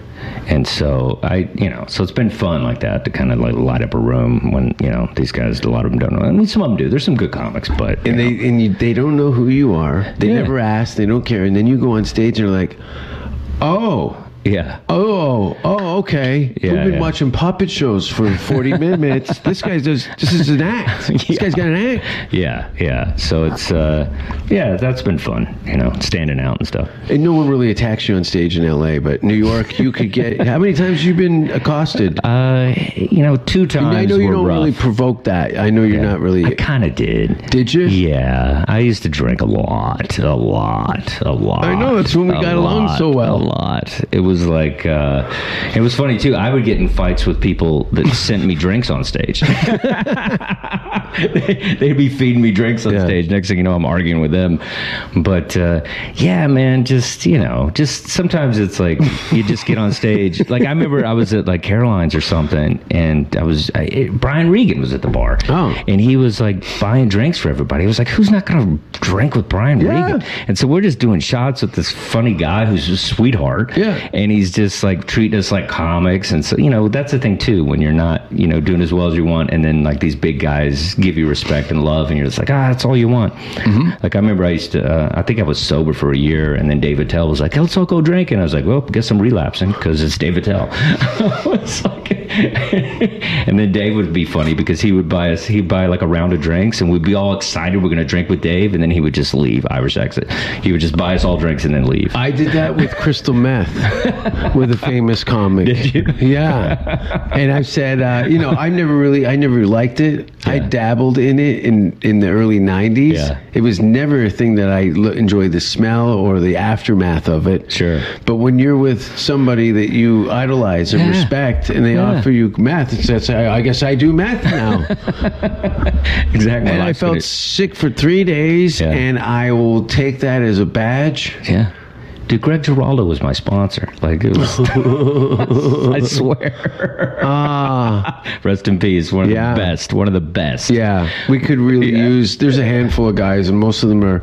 [SPEAKER 7] And so I, you know, so it's been fun like that to kind of like light up a room when you know these guys. A lot of them don't know. I mean, some of them do. There's some good comics, but you
[SPEAKER 6] And
[SPEAKER 7] know.
[SPEAKER 6] they and you, they don't know who you are. They
[SPEAKER 7] Yeah.
[SPEAKER 6] never ask. They don't care. And then you go on stage and you're like, oh,
[SPEAKER 7] yeah.
[SPEAKER 6] oh, oh, okay.
[SPEAKER 7] Yeah,
[SPEAKER 6] We've been
[SPEAKER 7] yeah.
[SPEAKER 6] watching puppet shows for 40 minutes. This guy does. This is an act. This guy's got an act.
[SPEAKER 7] Yeah, yeah. So it's uh yeah, that's been fun, you know, standing out and stuff.
[SPEAKER 6] And no one really attacks you on stage in L.A., but New York, you could get. How many times you been accosted?
[SPEAKER 7] Uh you know, two times
[SPEAKER 6] I know you
[SPEAKER 7] were
[SPEAKER 6] don't
[SPEAKER 7] rough.
[SPEAKER 6] really provoke that. I know you're not really.
[SPEAKER 7] I kind of did.
[SPEAKER 6] Did you?
[SPEAKER 7] Yeah, I used to drink a lot, a lot, a lot.
[SPEAKER 6] I know, that's when we
[SPEAKER 7] a
[SPEAKER 6] got along
[SPEAKER 7] lot,
[SPEAKER 6] so well.
[SPEAKER 7] A lot. It was like, uh, it was funny too. I would get in fights with people that sent me drinks on stage. They'd be feeding me drinks on
[SPEAKER 6] Yeah.
[SPEAKER 7] stage. Next thing you know, I'm arguing with them. But uh, yeah, man, just you know, just sometimes it's like you just get on stage. Like I remember I was at like Caroline's or something, and I was I, it, Brian Regan was at the bar.
[SPEAKER 6] Oh.
[SPEAKER 7] And he was like buying drinks for everybody. He was like, who's not going to drink with Brian
[SPEAKER 6] Yeah.
[SPEAKER 7] Regan? And so we're just doing shots with this funny guy who's a sweetheart.
[SPEAKER 6] Yeah.
[SPEAKER 7] And he's just like treating us like comics. And so, you know, that's the thing too, when you're not, you know, doing as well as you want. And then like these big guys give you respect and love. And you're just like, ah, that's all you want.
[SPEAKER 6] Mm-hmm.
[SPEAKER 7] Like I remember I used to, uh, I think I was sober for a year. And then David Tell was like, let's all go drinking. I was like, well, guess I'm relapsing because it's David Tell. It's like- and then Dave would be funny because he would buy us, he'd buy like a round of drinks and we'd be all excited. We're going to drink with Dave. And then he would just leave Irish exit. He would just buy us all drinks and then leave.
[SPEAKER 6] I did that with crystal meth. with a famous comic.
[SPEAKER 7] Did you?
[SPEAKER 6] Yeah. And I said, uh, you know, I never really, I never liked it. I dabbled in it in, in the early 90s.
[SPEAKER 7] Yeah.
[SPEAKER 6] It was never a thing that I l- enjoyed the smell or the aftermath of it.
[SPEAKER 7] Sure.
[SPEAKER 6] But when you're with somebody that you idolize and
[SPEAKER 7] Yeah.
[SPEAKER 6] respect and they
[SPEAKER 7] Yeah.
[SPEAKER 6] offer you math, it's, it's, I, I guess I do math now.
[SPEAKER 7] Exactly.
[SPEAKER 6] and I felt sick for three days,
[SPEAKER 7] Yeah.
[SPEAKER 6] and I will take that as a badge.
[SPEAKER 7] Yeah. Dude, Greg Giraldo was my sponsor. Like it was, I swear.
[SPEAKER 6] Ah.
[SPEAKER 7] Rest in peace. One of
[SPEAKER 6] Yeah.
[SPEAKER 7] the best. One of the best.
[SPEAKER 6] Yeah, we could really
[SPEAKER 7] Yeah.
[SPEAKER 6] use. There's a handful of guys, and most of them are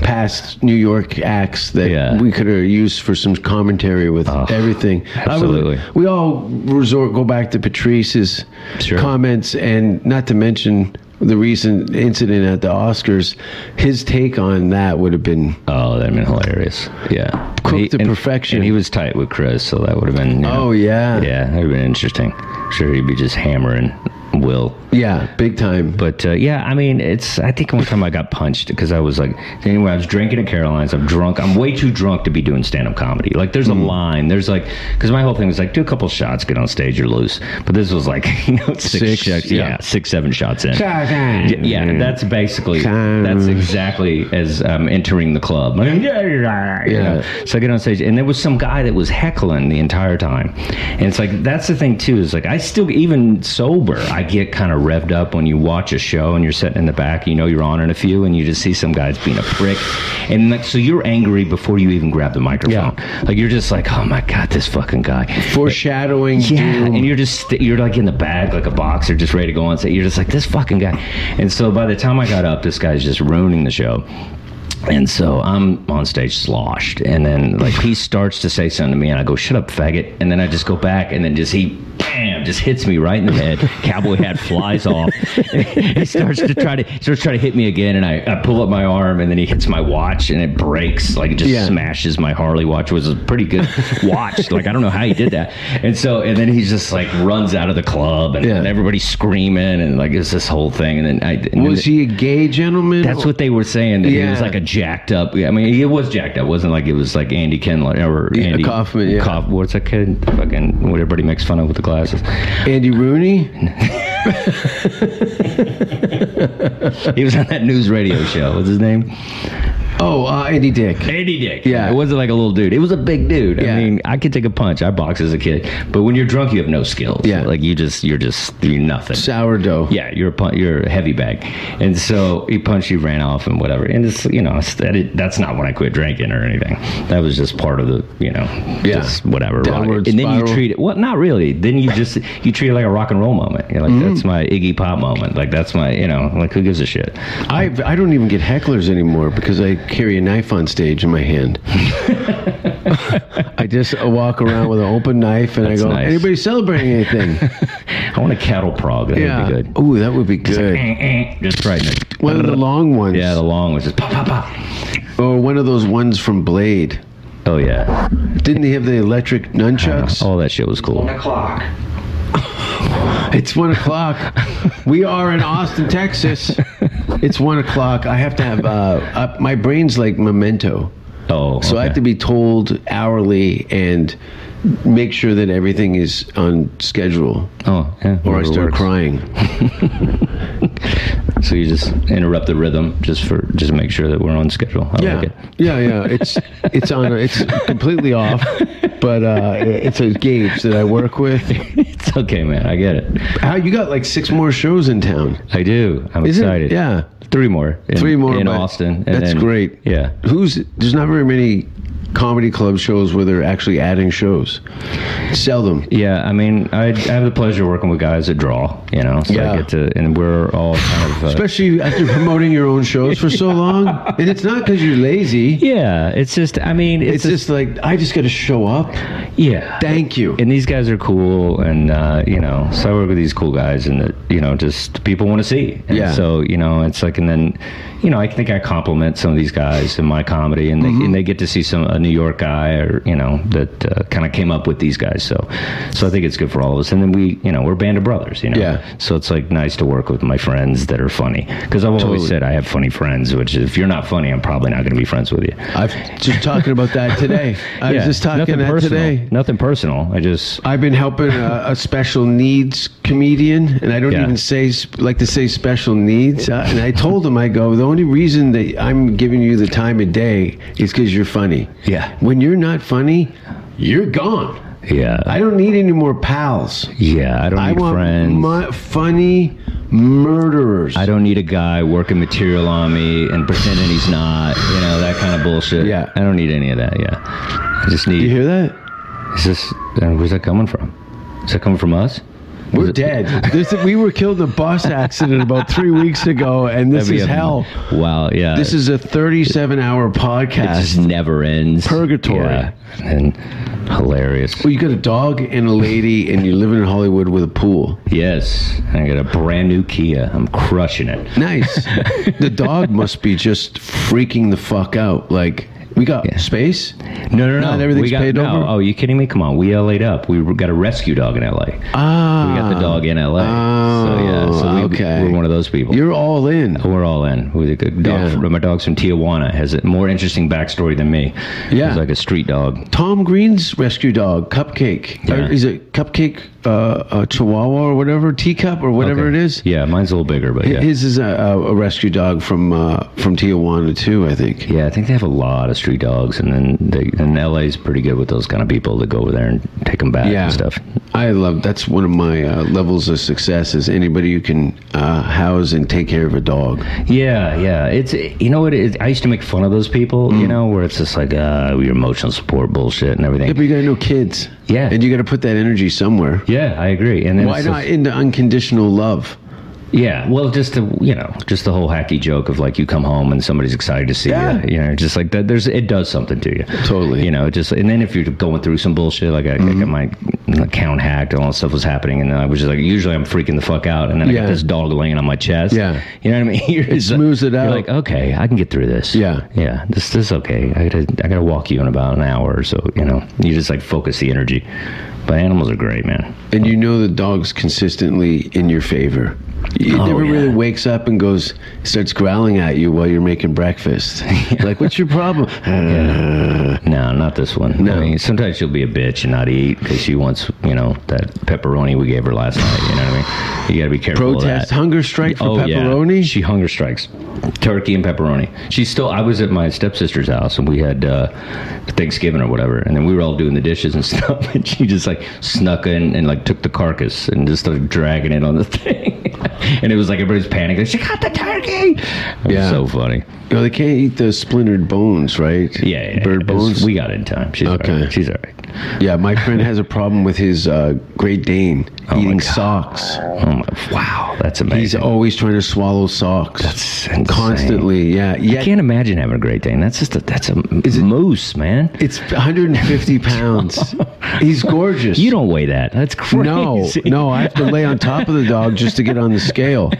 [SPEAKER 6] past New York acts that
[SPEAKER 7] Yeah.
[SPEAKER 6] we could uh, use for some commentary with
[SPEAKER 7] Oh,
[SPEAKER 6] everything. I would-
[SPEAKER 7] absolutely.
[SPEAKER 6] we all resort go back to Patrice's
[SPEAKER 7] Sure.
[SPEAKER 6] comments, and not to mention the recent incident at the Oscars. His take on that would have been
[SPEAKER 7] Oh, that'd been hilarious. Yeah.
[SPEAKER 6] Cooked to perfection.
[SPEAKER 7] And he was tight with Chris, so that would have been. You know,
[SPEAKER 6] oh yeah,
[SPEAKER 7] Yeah, that'd have been interesting. Sure, he'd be just hammering Will.
[SPEAKER 6] yeah, big time.
[SPEAKER 7] But uh, yeah, I mean, it's. I think one time I got punched because I was like, anyway, I was drinking at Caroline's. I'm drunk. I'm way too drunk to be doing stand up comedy. Like, there's a
[SPEAKER 6] Hmm.
[SPEAKER 7] line. There's like, because my whole thing was like, do a couple shots, get on stage, you're loose. But this was like, you know, six,
[SPEAKER 6] Six,
[SPEAKER 7] shots,
[SPEAKER 6] yeah.
[SPEAKER 7] yeah. six, seven shots in.
[SPEAKER 6] Yeah,
[SPEAKER 7] Y- Yeah, that's basically
[SPEAKER 6] Kind
[SPEAKER 7] that's
[SPEAKER 6] of.
[SPEAKER 7] exactly as I'm entering the club. Like, yeah, yeah, yeah.
[SPEAKER 6] Yeah.
[SPEAKER 7] So I get on stage, and there was some guy that was heckling the entire time, and it's like that's the thing too. Is like I still even sober, I get kind of revved up when you watch a show and you're sitting in the back, you know you're on in a few, and you just see some guys being a prick, and like so you're angry before you even grab the microphone. Like you're just like, oh my god, this fucking guy.
[SPEAKER 6] foreshadowing.
[SPEAKER 7] Yeah,
[SPEAKER 6] doom.
[SPEAKER 7] and you're just st- you're like in the bag like a boxer, just ready to go on set. You're just like this fucking guy. And so by the time I got up, this guy's just ruining the show. And so I'm on stage sloshed, and then like he starts to say something to me, and I go, "Shut up, faggot!" And then I just go back, and then just he, bam, just hits me right in the head. Cowboy hat flies off. he starts to try to starts trying to hit me again, and I, I pull up my arm, and then he hits my watch, and it breaks like it just
[SPEAKER 6] Yeah.
[SPEAKER 7] smashes smashes my Harley watch was a pretty good watch. like I don't know how he did that. And so and then he just like runs out of the club and,
[SPEAKER 6] Yeah.
[SPEAKER 7] and everybody's screaming and like it's this whole thing. And then I and
[SPEAKER 6] was
[SPEAKER 7] then-
[SPEAKER 6] he a gay gentleman?
[SPEAKER 7] That's what they were saying. That He was
[SPEAKER 6] Yeah.
[SPEAKER 7] like a jacked up. I mean, he was jacked up. It wasn't like it was like Andy Kindler or
[SPEAKER 6] Yeah,
[SPEAKER 7] Andy
[SPEAKER 6] Kaufman, yeah.
[SPEAKER 7] Kauf- what's that kid? Fucking what everybody makes fun of with the glasses.
[SPEAKER 6] Andy Rooney.
[SPEAKER 7] He was on that news radio show. What's his name?
[SPEAKER 6] Oh, uh, Andy Dick.
[SPEAKER 7] Andy Dick.
[SPEAKER 6] Yeah.
[SPEAKER 7] It wasn't like a little dude. It was a big dude.
[SPEAKER 6] Yeah.
[SPEAKER 7] I mean, I could take a punch. I box as a kid. But when you're drunk, you have no skills.
[SPEAKER 6] Yeah.
[SPEAKER 7] Like you just, you're just, you're nothing.
[SPEAKER 6] Sourdough.
[SPEAKER 7] yeah, you're a pun- you're a heavy bag, and so he punched you, ran off, and whatever. And it's you know it's- that it, that's not when I quit drinking or anything. That was just part of the you know
[SPEAKER 6] Yeah.
[SPEAKER 7] just whatever.
[SPEAKER 6] Downward
[SPEAKER 7] and then
[SPEAKER 6] spiral.
[SPEAKER 7] you treat it well, not really. Then you just you treat it like a rock and roll moment. You're
[SPEAKER 6] Mm-hmm.
[SPEAKER 7] like that's my Iggy Pop moment. Like that's my you know like who gives a shit.
[SPEAKER 6] I I don't even get hecklers anymore because I carry a knife on stage in my hand. I just uh, walk around with an open knife and
[SPEAKER 7] That's
[SPEAKER 6] I go,
[SPEAKER 7] nice.
[SPEAKER 6] anybody celebrating anything?
[SPEAKER 7] I want a cattle prog. That
[SPEAKER 6] yeah.
[SPEAKER 7] would be good. eh,
[SPEAKER 6] Ooh, that would be good.
[SPEAKER 7] Just right. in the-
[SPEAKER 6] One of the long ones.
[SPEAKER 7] Yeah, the long ones. Just pop, pop, pop.
[SPEAKER 6] or one of those ones from Blade.
[SPEAKER 7] Oh, yeah.
[SPEAKER 6] Didn't they have the electric nunchucks?
[SPEAKER 7] All that shit was cool.
[SPEAKER 6] It's one o'clock. we are in Austin, Texas. It's one o'clock. I have to have uh, uh, my brain's like memento.
[SPEAKER 7] Oh,
[SPEAKER 6] So I have to be told hourly and make sure that everything is on schedule,
[SPEAKER 7] Oh, yeah.
[SPEAKER 6] or I
[SPEAKER 7] whatever
[SPEAKER 6] start
[SPEAKER 7] works.
[SPEAKER 6] crying.
[SPEAKER 7] So you just interrupt the rhythm just for just to make sure that we're on schedule. I
[SPEAKER 6] Yeah,
[SPEAKER 7] like it.
[SPEAKER 6] yeah, yeah. It's it's on. It's completely off, but uh, it's a gauge that I work with.
[SPEAKER 7] It's okay, man. I get it.
[SPEAKER 6] How you got like six more shows in town?
[SPEAKER 7] I do. I'm
[SPEAKER 6] Is it?
[SPEAKER 7] excited.
[SPEAKER 6] Yeah.
[SPEAKER 7] Three more. in-
[SPEAKER 6] Three more,
[SPEAKER 7] in
[SPEAKER 6] but
[SPEAKER 7] Austin. and
[SPEAKER 6] that's
[SPEAKER 7] then-
[SPEAKER 6] great.
[SPEAKER 7] Yeah.
[SPEAKER 6] Who's there's not very many comedy club shows where they're actually adding shows. Seldom.
[SPEAKER 7] Yeah, I mean, I, I have the pleasure of working with guys that draw, you know. So
[SPEAKER 6] Yeah.
[SPEAKER 7] I get to, and we're all kind of. Uh,
[SPEAKER 6] Especially after promoting your own shows for so long, and it's not because you're lazy.
[SPEAKER 7] yeah, it's just, I mean,
[SPEAKER 6] It's
[SPEAKER 7] it's,
[SPEAKER 6] just like I just got to show up.
[SPEAKER 7] just, yeah.
[SPEAKER 6] Thank you.
[SPEAKER 7] and these guys are cool and uh, you know so i work with these cool guys and that you know just people want to see and
[SPEAKER 6] Yeah.
[SPEAKER 7] so you know
[SPEAKER 6] Mm-hmm.
[SPEAKER 7] it's like and then you know i think i compliment some of these guys in my comedy and they, and they get to see some a New York guy, or you know, that uh, kind of came up with these guys. So, so I think it's good for all of us. And then we, you know, we're a band of brothers. You know,
[SPEAKER 6] Yeah.
[SPEAKER 7] So it's like nice to work with my friends that are funny because I've
[SPEAKER 6] Totally.
[SPEAKER 7] always said I have funny friends. Which if you're not funny, I'm probably not going to be friends with you.
[SPEAKER 6] I've just talking about that today. I was just talking
[SPEAKER 7] nothing
[SPEAKER 6] that
[SPEAKER 7] personal.
[SPEAKER 6] today.
[SPEAKER 7] Nothing personal. I just
[SPEAKER 6] I've been helping a, a special needs comedian, and I don't
[SPEAKER 7] Yeah.
[SPEAKER 6] even say sp- like to say special needs. Uh, and I told him, I go, the only reason that I'm giving you the time of day is because you're funny.
[SPEAKER 7] Yeah.
[SPEAKER 6] When you're not funny, you're gone.
[SPEAKER 7] yeah.
[SPEAKER 6] I don't need any more pals.
[SPEAKER 7] yeah, I don't need
[SPEAKER 6] I want
[SPEAKER 7] friends.
[SPEAKER 6] mu- funny murderers.
[SPEAKER 7] I don't need a guy working material on me and pretending he's not, you know, that kind of bullshit.
[SPEAKER 6] Yeah.
[SPEAKER 7] I don't need any of that, yeah. I just
[SPEAKER 6] You
[SPEAKER 7] need,
[SPEAKER 6] hear that?
[SPEAKER 7] is this, uh, where's that coming from? Is that coming from us?
[SPEAKER 6] We're dead. This, we were killed in a bus accident about three weeks ago, and this
[SPEAKER 7] That'd be
[SPEAKER 6] is
[SPEAKER 7] a-
[SPEAKER 6] hell.
[SPEAKER 7] Wow, yeah.
[SPEAKER 6] This is a 37 hour
[SPEAKER 7] it
[SPEAKER 6] podcast.
[SPEAKER 7] just never ends.
[SPEAKER 6] Purgatory.
[SPEAKER 7] Yeah. And hilarious.
[SPEAKER 6] Well, you got a dog and a lady, and you're living in Hollywood with a pool.
[SPEAKER 7] Yes. I got a brand new Kia. I'm crushing it.
[SPEAKER 6] Nice. the dog must be just freaking the fuck out. Like, we got
[SPEAKER 7] Yeah.
[SPEAKER 6] space.
[SPEAKER 7] No, no, no.
[SPEAKER 6] Not everything's
[SPEAKER 7] we got,
[SPEAKER 6] paid
[SPEAKER 7] no.
[SPEAKER 6] over?
[SPEAKER 7] Oh, you kidding me? Come on. We LA'd up. We got a rescue dog in LA.
[SPEAKER 6] Ah,
[SPEAKER 7] We got the dog in LA. so yeah, so we,
[SPEAKER 6] Oh, okay.
[SPEAKER 7] we're one of those people.
[SPEAKER 6] You're all in.
[SPEAKER 7] we're all in. We're the good dog.
[SPEAKER 6] Yeah.
[SPEAKER 7] My dog's from Tijuana. Has a more interesting backstory than me.
[SPEAKER 6] Yeah.
[SPEAKER 7] he's like a street dog.
[SPEAKER 6] Tom Green's rescue dog, Cupcake.
[SPEAKER 7] Yeah.
[SPEAKER 6] Or is it Cupcake, uh, a Chihuahua or whatever, teacup or whatever
[SPEAKER 7] Okay.
[SPEAKER 6] it is?
[SPEAKER 7] Yeah, mine's a little bigger, but
[SPEAKER 6] Hi-
[SPEAKER 7] yeah.
[SPEAKER 6] His is a, a a rescue dog from uh, from Tijuana too, I think.
[SPEAKER 7] yeah, I think they have a lot of street dogs, and then they, and LA's pretty good with those kind of people that go over there and take them back
[SPEAKER 6] Yeah.
[SPEAKER 7] and stuff.
[SPEAKER 6] I love that's one of my uh, levels of success is anybody who can uh, house and take care of a dog.
[SPEAKER 7] Yeah, yeah. It's you know what? It, I used to make fun of those people,
[SPEAKER 6] Mm.
[SPEAKER 7] you know, where it's just like uh, your emotional support bullshit and everything.
[SPEAKER 6] Yeah, but you gotta know kids.
[SPEAKER 7] Yeah.
[SPEAKER 6] and you gotta put that energy somewhere.
[SPEAKER 7] Yeah, I agree. And then
[SPEAKER 6] Why
[SPEAKER 7] it's just-
[SPEAKER 6] not into unconditional love?
[SPEAKER 7] Yeah, well, just the you know, just the whole hacky joke of like you come home and somebody's excited to see
[SPEAKER 6] Yeah.
[SPEAKER 7] you, you know, just like that. There's it does something to you,
[SPEAKER 6] Totally.
[SPEAKER 7] You know, just and then if you're going through some bullshit, like I, I got
[SPEAKER 6] Mm-hmm.
[SPEAKER 7] my account hacked and all that stuff was happening, and I was just like, usually I'm freaking the fuck out, and then I
[SPEAKER 6] Yeah.
[SPEAKER 7] got this dog laying on my chest,
[SPEAKER 6] Yeah.
[SPEAKER 7] You know what I mean? You're just like-
[SPEAKER 6] smooths it out.
[SPEAKER 7] You're like, okay, I can get through this.
[SPEAKER 6] Yeah.
[SPEAKER 7] yeah, this this is okay. I gotta I gotta walk you in about an hour or so. You know, you just like focus the energy. But animals are great, man.
[SPEAKER 6] And you know the dog's consistently in your favor. It
[SPEAKER 7] Oh,
[SPEAKER 6] never
[SPEAKER 7] yeah.
[SPEAKER 6] really wakes up and goes starts growling at you while you're making breakfast. Like, what's your problem? Uh,
[SPEAKER 7] No, not this one.
[SPEAKER 6] No.
[SPEAKER 7] I mean, sometimes she'll be a bitch and not eat because she wants, you know, that pepperoni we gave her last night. You know what I mean? You got to be careful.
[SPEAKER 6] Protest,
[SPEAKER 7] of that.
[SPEAKER 6] hunger strike for
[SPEAKER 7] Oh, yeah.
[SPEAKER 6] pepperoni.
[SPEAKER 7] She hunger strikes turkey and pepperoni. She's still. I was at my stepsister's house and we had uh, Thanksgiving or whatever, and then we were all doing the dishes and stuff, and she just like snuck in and like took the carcass and just started dragging it on the thing, and it was like everybody's panicking. She got the turkey. It was
[SPEAKER 6] Yeah.
[SPEAKER 7] so funny.
[SPEAKER 6] No, they can't eat the splintered bones, right?
[SPEAKER 7] Yeah, yeah, yeah.
[SPEAKER 6] bird
[SPEAKER 7] It was-
[SPEAKER 6] bones.
[SPEAKER 7] We got it in time. She's
[SPEAKER 6] Okay.
[SPEAKER 7] all right. She's all right.
[SPEAKER 6] yeah, my friend has a problem with his uh, Great Dane
[SPEAKER 7] Oh, my
[SPEAKER 6] eating
[SPEAKER 7] God.
[SPEAKER 6] socks.
[SPEAKER 7] Oh my! Wow, that's
[SPEAKER 6] He's
[SPEAKER 7] amazing.
[SPEAKER 6] always trying to swallow socks.
[SPEAKER 7] That's insane.
[SPEAKER 6] constantly. Yeah,
[SPEAKER 7] I
[SPEAKER 6] yeah.
[SPEAKER 7] can't imagine having a Great Dane. That's just a that's a moose, man.
[SPEAKER 6] It's 150 pounds. He's gorgeous.
[SPEAKER 7] You don't weigh that. That's crazy.
[SPEAKER 6] No, no. I have to lay on top of the dog just to get on the scale.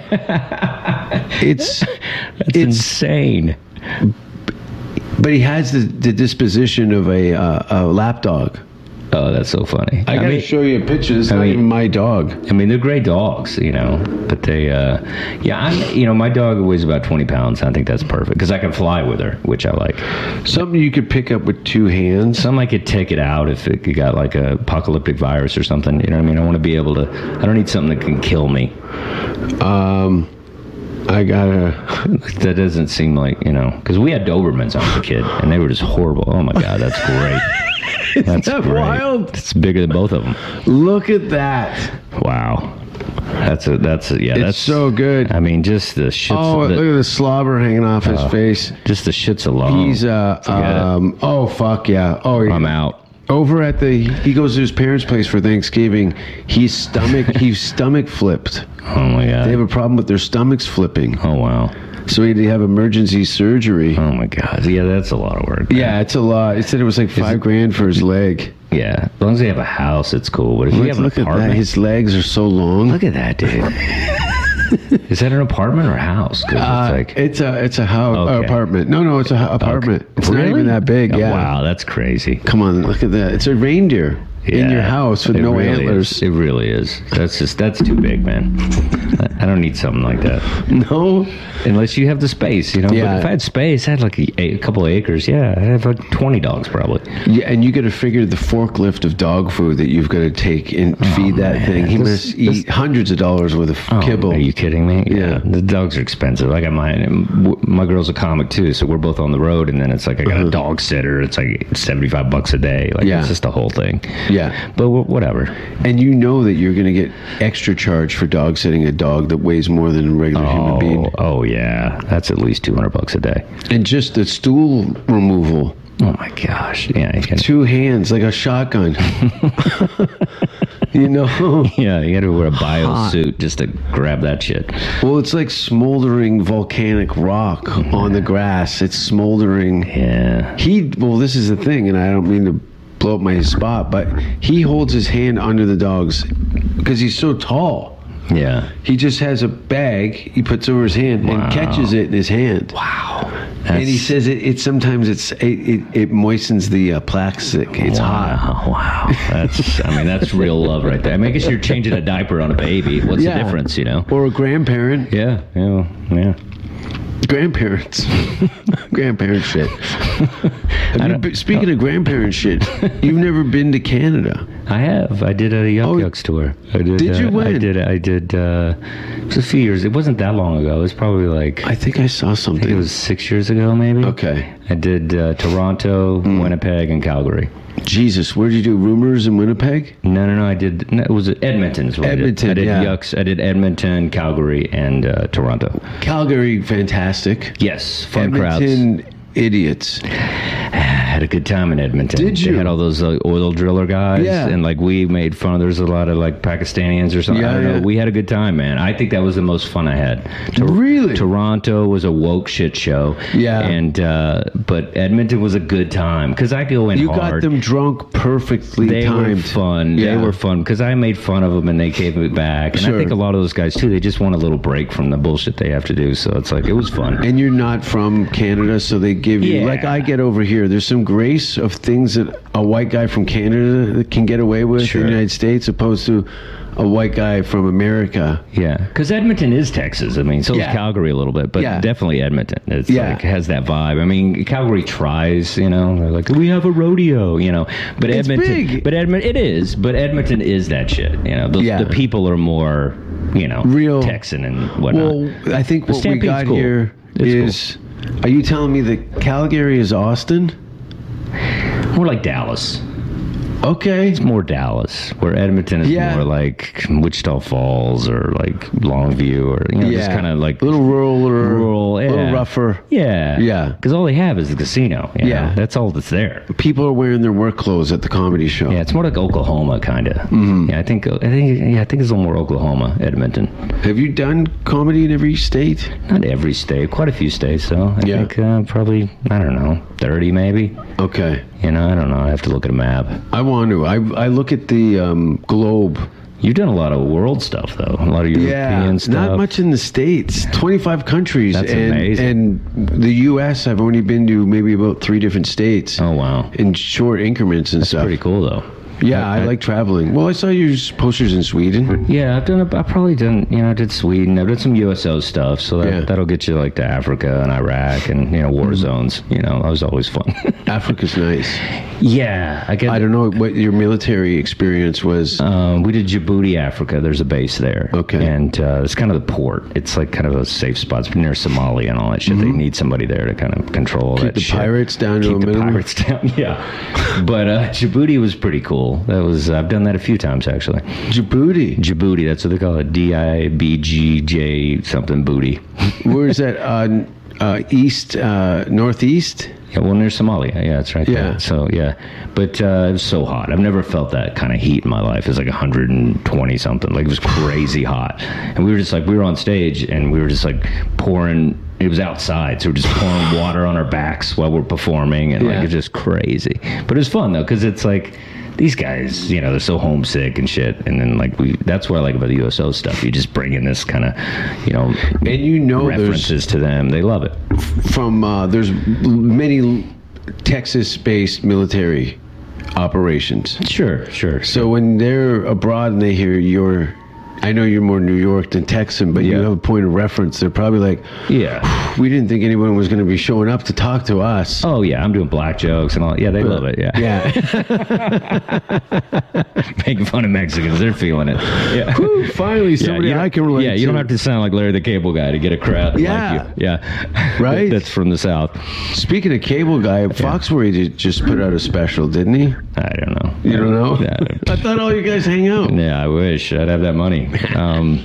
[SPEAKER 6] It's,
[SPEAKER 7] that's
[SPEAKER 6] it's.
[SPEAKER 7] insane.
[SPEAKER 6] But he has the, the disposition of a uh, a lap dog.
[SPEAKER 7] Oh, that's so funny.
[SPEAKER 6] I, gotta
[SPEAKER 7] mean,
[SPEAKER 6] show you a picture. It's not
[SPEAKER 7] mean-
[SPEAKER 6] even my dog.
[SPEAKER 7] I mean, they're great dogs, you know, but they, uh, yeah, I'm, you know, my dog weighs about 20 pounds. I think that's perfect because I can fly with her, which I like.
[SPEAKER 6] Something you could pick up with two hands.
[SPEAKER 7] Some I could take it out if it got like a apocalyptic virus or something. You know what I mean? I want to be able to, I don't need something that can kill me.
[SPEAKER 6] Um, I gotta.
[SPEAKER 7] That doesn't seem like you know, because we had Dobermans on the kid, and they were just horrible. Oh my god, that's great. that's
[SPEAKER 6] that wild?
[SPEAKER 7] It's bigger than both of them.
[SPEAKER 6] Look at that.
[SPEAKER 7] Wow, that's a that's a, yeah,
[SPEAKER 6] It's
[SPEAKER 7] that's
[SPEAKER 6] so good.
[SPEAKER 7] I mean, just the shits.
[SPEAKER 6] oh,
[SPEAKER 7] the-
[SPEAKER 6] look at the slobber hanging off his face.
[SPEAKER 7] just the shits alone.
[SPEAKER 6] He's uh
[SPEAKER 7] oh, Forget it. Um,
[SPEAKER 6] um oh fuck yeah oh
[SPEAKER 7] I'm out.
[SPEAKER 6] over at the he goes to his parents' place for Thanksgiving. He's stomach he's stomach flipped.
[SPEAKER 7] Oh my god.
[SPEAKER 6] They have a problem with their stomachs flipping,
[SPEAKER 7] oh wow.
[SPEAKER 6] so he had to have emergency surgery.
[SPEAKER 7] Oh my god. Yeah, that's a lot of work. man.
[SPEAKER 6] Yeah, it's a lot. It said it was like five grand for his leg.
[SPEAKER 7] yeah. As long as they have a house, it's cool. But if you
[SPEAKER 6] Look,
[SPEAKER 7] have an
[SPEAKER 6] look at that.
[SPEAKER 7] apartment,
[SPEAKER 6] His legs are so long.
[SPEAKER 7] look at that, dude. Is that an apartment or a house? 'Cause
[SPEAKER 6] Uh,
[SPEAKER 7] it's like
[SPEAKER 6] it's a it's a house uh,
[SPEAKER 7] Okay.
[SPEAKER 6] apartment. No, no, it's a ho- apartment. It's not even that big.
[SPEAKER 7] Oh,
[SPEAKER 6] Yeah.
[SPEAKER 7] Wow, that's crazy.
[SPEAKER 6] Come on, look at that. It's a reindeer in your
[SPEAKER 7] Yeah,
[SPEAKER 6] house with
[SPEAKER 7] it
[SPEAKER 6] no
[SPEAKER 7] really is.
[SPEAKER 6] antlers.
[SPEAKER 7] It really is. That's just that's too big, man. I- I don't need something like that
[SPEAKER 6] No.
[SPEAKER 7] unless you have the space. You know, But
[SPEAKER 6] Yeah.
[SPEAKER 7] if I had space, I had like a, a couple of acres. Yeah, I'd have like twenty dogs probably.
[SPEAKER 6] Yeah, and you got to figure the forklift of dog food that you've got to take and feed that
[SPEAKER 7] Oh, man.
[SPEAKER 6] thing. He
[SPEAKER 7] This-
[SPEAKER 6] must eat hundreds of dollars worth of
[SPEAKER 7] Oh,
[SPEAKER 6] kibble.
[SPEAKER 7] Are you kidding me?
[SPEAKER 6] Yeah.
[SPEAKER 7] the dogs are expensive. I got mine. and w- My girl's a comic too, so we're both on the road, and then it's like I got a dog sitter. It's like seventy-five bucks a day. Like
[SPEAKER 6] Uh-huh. Yeah.
[SPEAKER 7] it's just the whole thing.
[SPEAKER 6] Yeah.
[SPEAKER 7] but w- whatever.
[SPEAKER 6] and you know that you're going to get extra charge for dog sitting a dog that weighs more than a regular human
[SPEAKER 7] Oh,
[SPEAKER 6] being.
[SPEAKER 7] oh yeah, that's at least two hundred bucks a day.
[SPEAKER 6] And just the stool removal.
[SPEAKER 7] Oh my gosh. Yeah. You gotta,
[SPEAKER 6] Two hands like a shotgun. you know?
[SPEAKER 7] yeah, you got to wear a bio suit just to grab that shit.
[SPEAKER 6] Well, it's like smoldering volcanic rock on the grass. It's smoldering.
[SPEAKER 7] Yeah.
[SPEAKER 6] He well, this is the thing, and I don't mean to blow up my spot, but he holds his hand under the dog's because he's so tall.
[SPEAKER 7] Yeah.
[SPEAKER 6] He just has a bag he puts over his hand
[SPEAKER 7] Wow.
[SPEAKER 6] and catches it in his hand.
[SPEAKER 7] Wow.
[SPEAKER 6] And he says it, it sometimes it's it, it, it moistens the uh, plastic. It's
[SPEAKER 7] wow,
[SPEAKER 6] hot.
[SPEAKER 7] Wow. That's, I mean, that's real love right there. I mean, I guess you're changing a diaper on a baby. What's the difference, you know?
[SPEAKER 6] Or a grandparent.
[SPEAKER 7] Yeah, yeah, yeah.
[SPEAKER 6] Grandparents. grandparent shit. Have you been- speaking of grandparent shit, you've never been to Canada.
[SPEAKER 7] I have. I did a Yuck
[SPEAKER 6] Oh,
[SPEAKER 7] Yucks tour. I did.
[SPEAKER 6] did
[SPEAKER 7] uh,
[SPEAKER 6] you
[SPEAKER 7] I
[SPEAKER 6] win?
[SPEAKER 7] did. I did. Uh, it was a few years. It wasn't that long ago. It was probably like
[SPEAKER 6] I think I saw something.
[SPEAKER 7] it was six years ago, maybe.
[SPEAKER 6] okay. Hmm.
[SPEAKER 7] I did uh, Toronto, Winnipeg, and Calgary.
[SPEAKER 6] Jesus, where did you do rumors in Winnipeg?
[SPEAKER 7] No, no, no. I did. No, it was Edmonton's. what I did.
[SPEAKER 6] Edmonton,
[SPEAKER 7] I did,
[SPEAKER 6] yeah.
[SPEAKER 7] Yucks. I did Edmonton, Calgary, and uh, Toronto.
[SPEAKER 6] Calgary, fantastic.
[SPEAKER 7] Yes, fun crowds.
[SPEAKER 6] Edmonton, idiots.
[SPEAKER 7] I had a good time in Edmonton.
[SPEAKER 6] Did
[SPEAKER 7] They
[SPEAKER 6] you?
[SPEAKER 7] had all those like, oil driller guys,
[SPEAKER 6] Yeah.
[SPEAKER 7] and like we made fun of. There's a lot of like Pakistanians or something.
[SPEAKER 6] Yeah,
[SPEAKER 7] I don't
[SPEAKER 6] yeah.
[SPEAKER 7] know. We had a good time, man. I think that was the most fun I had. Tor-
[SPEAKER 6] Really?
[SPEAKER 7] Toronto was a woke shit show.
[SPEAKER 6] Yeah.
[SPEAKER 7] and uh, but Edmonton was a good time because I go in
[SPEAKER 6] You got
[SPEAKER 7] hard.
[SPEAKER 6] them drunk perfectly
[SPEAKER 7] They
[SPEAKER 6] timed.
[SPEAKER 7] were fun.
[SPEAKER 6] Yeah.
[SPEAKER 7] They were fun because I made fun of them and they gave it back. And I
[SPEAKER 6] Sure.
[SPEAKER 7] think a lot of those guys too. They just want a little break from the bullshit they have to do. So it's like it was fun.
[SPEAKER 6] And you're not from Canada, so they give you
[SPEAKER 7] Yeah.
[SPEAKER 6] like I get over here. There's some grace of things that a white guy from Canada can get away with
[SPEAKER 7] Sure.
[SPEAKER 6] in the United States, opposed to a white guy from America.
[SPEAKER 7] Yeah, because Edmonton is Texas. I mean, so
[SPEAKER 6] Yeah.
[SPEAKER 7] is Calgary a little bit, but
[SPEAKER 6] Yeah.
[SPEAKER 7] definitely Edmonton. It's
[SPEAKER 6] Yeah.
[SPEAKER 7] like has that vibe. I mean, Calgary tries. You know, they're like we have a rodeo. You know, but
[SPEAKER 6] It's
[SPEAKER 7] Edmonton,
[SPEAKER 6] big.
[SPEAKER 7] but Edmonton, it is. But Edmonton is that shit. You know, the,
[SPEAKER 6] Yeah.
[SPEAKER 7] the people are more, you know,
[SPEAKER 6] Real-
[SPEAKER 7] Texan and whatnot.
[SPEAKER 6] Well, I think
[SPEAKER 7] The
[SPEAKER 6] what we
[SPEAKER 7] Stampede's
[SPEAKER 6] got
[SPEAKER 7] cool.
[SPEAKER 6] here
[SPEAKER 7] It's
[SPEAKER 6] is. Are you telling me that Calgary is Austin?
[SPEAKER 7] more like Dallas.
[SPEAKER 6] Okay.
[SPEAKER 7] More Dallas, where Edmonton is
[SPEAKER 6] Yeah.
[SPEAKER 7] more like Wichita Falls or like Longview or you know, just kind of like
[SPEAKER 6] a little ruraler,
[SPEAKER 7] rural,
[SPEAKER 6] a little
[SPEAKER 7] yeah.
[SPEAKER 6] rougher.
[SPEAKER 7] Yeah,
[SPEAKER 6] Yeah.
[SPEAKER 7] Because all they have is the casino. you
[SPEAKER 6] Yeah.
[SPEAKER 7] know? that's all that's there.
[SPEAKER 6] People are wearing their work clothes at the comedy show.
[SPEAKER 7] Yeah, it's more like Oklahoma, kind of. Mm-hmm. Yeah, I think. I think. Yeah, I think it's a little more Oklahoma, Edmonton.
[SPEAKER 6] Have you done comedy in every state?
[SPEAKER 7] Not every state, quite a few states though. I
[SPEAKER 6] Yeah.
[SPEAKER 7] think uh, probably I don't know, thirty maybe.
[SPEAKER 6] Okay,
[SPEAKER 7] You know, I don't know. I have to look at a map.
[SPEAKER 6] I want to. I I look at the um, globe.
[SPEAKER 7] You've done a lot of world stuff though, a lot of European stuff.
[SPEAKER 6] not much in the states. Twenty-five countries.
[SPEAKER 7] That's
[SPEAKER 6] and,
[SPEAKER 7] amazing.
[SPEAKER 6] And the U.S. I've only been to maybe about three different states.
[SPEAKER 7] Oh wow,
[SPEAKER 6] In short increments and stuff.
[SPEAKER 7] pretty cool though.
[SPEAKER 6] Yeah, I, like traveling. Well, I saw your s- posters in Sweden.
[SPEAKER 7] Yeah, I've done. A, I've probably done. You know, I did Sweden. I've done some USO stuff. So that,
[SPEAKER 6] Yeah. Mm-hmm.
[SPEAKER 7] that'll get you like to Africa and Iraq and you know war zones. You know, that was always fun.
[SPEAKER 6] Africa's nice.
[SPEAKER 7] yeah, I get.
[SPEAKER 6] I don't know what your military experience was.
[SPEAKER 7] Um, we did Djibouti, Africa. There's a base there.
[SPEAKER 6] Okay.
[SPEAKER 7] And uh, it's kind of the port. It's like kind of a safe spot. It's near Somalia and all that shit. They need somebody there to kind of control
[SPEAKER 6] Mm-hmm. Keep
[SPEAKER 7] that
[SPEAKER 6] the
[SPEAKER 7] shit.
[SPEAKER 6] pirates down to
[SPEAKER 7] Keep
[SPEAKER 6] a
[SPEAKER 7] the
[SPEAKER 6] minimum.
[SPEAKER 7] pirates down. Yeah. but uh, Djibouti was pretty cool. That was I've done that a few times actually.
[SPEAKER 6] Djibouti.
[SPEAKER 7] Djibouti. That's what they call it. D I B G J something booty.
[SPEAKER 6] Where is that? Uh, n- uh, east, uh, northeast.
[SPEAKER 7] Yeah, well, near Somalia. Yeah, it's right
[SPEAKER 6] Yeah.
[SPEAKER 7] there. So, yeah. But uh, it was so hot. I've never felt that kind of heat in my life. It was like 120 something. Like, it was crazy hot. And we were just like, we were on stage and we were just like pouring. It was outside, so we we're just pouring water on our backs while we're performing, and
[SPEAKER 6] Yeah.
[SPEAKER 7] like it's just crazy. But it was fun though, because it's like these guys, you know, they're so homesick and shit. And then like we, that's what I like about the USO stuff. You just bring in this kind of, you know,
[SPEAKER 6] And you know there's
[SPEAKER 7] references to them. They love it.
[SPEAKER 6] from uh, there's many Texas-based military operations.
[SPEAKER 7] Sure, sure.
[SPEAKER 6] So when they're abroad and they hear you're, I know you're more New York than Texan, but you
[SPEAKER 7] Yeah.
[SPEAKER 6] have a point of reference. They're probably like,
[SPEAKER 7] yeah.
[SPEAKER 6] we didn't think anyone was going to be showing up to talk to us.
[SPEAKER 7] Oh yeah, I'm doing black jokes and all. Yeah, they love it. Yeah,
[SPEAKER 6] Yeah.
[SPEAKER 7] making fun of Mexicans, they're feeling it. Yeah.
[SPEAKER 6] Whew, Finally, somebody
[SPEAKER 7] you don't-
[SPEAKER 6] I can relate
[SPEAKER 7] Yeah,
[SPEAKER 6] to.
[SPEAKER 7] you don't have to sound like Larry the Cable Guy to get a crowd. that
[SPEAKER 6] Yeah.
[SPEAKER 7] like you. yeah,
[SPEAKER 6] Right?
[SPEAKER 7] That's from the South.
[SPEAKER 6] Speaking of cable guy, Foxworthy ju- just put out a special, didn't he?
[SPEAKER 7] I don't know.
[SPEAKER 6] You don't know?
[SPEAKER 7] Yeah, I don't-
[SPEAKER 6] I thought all you guys hang out.
[SPEAKER 7] Yeah, I wish I'd have that money. Um,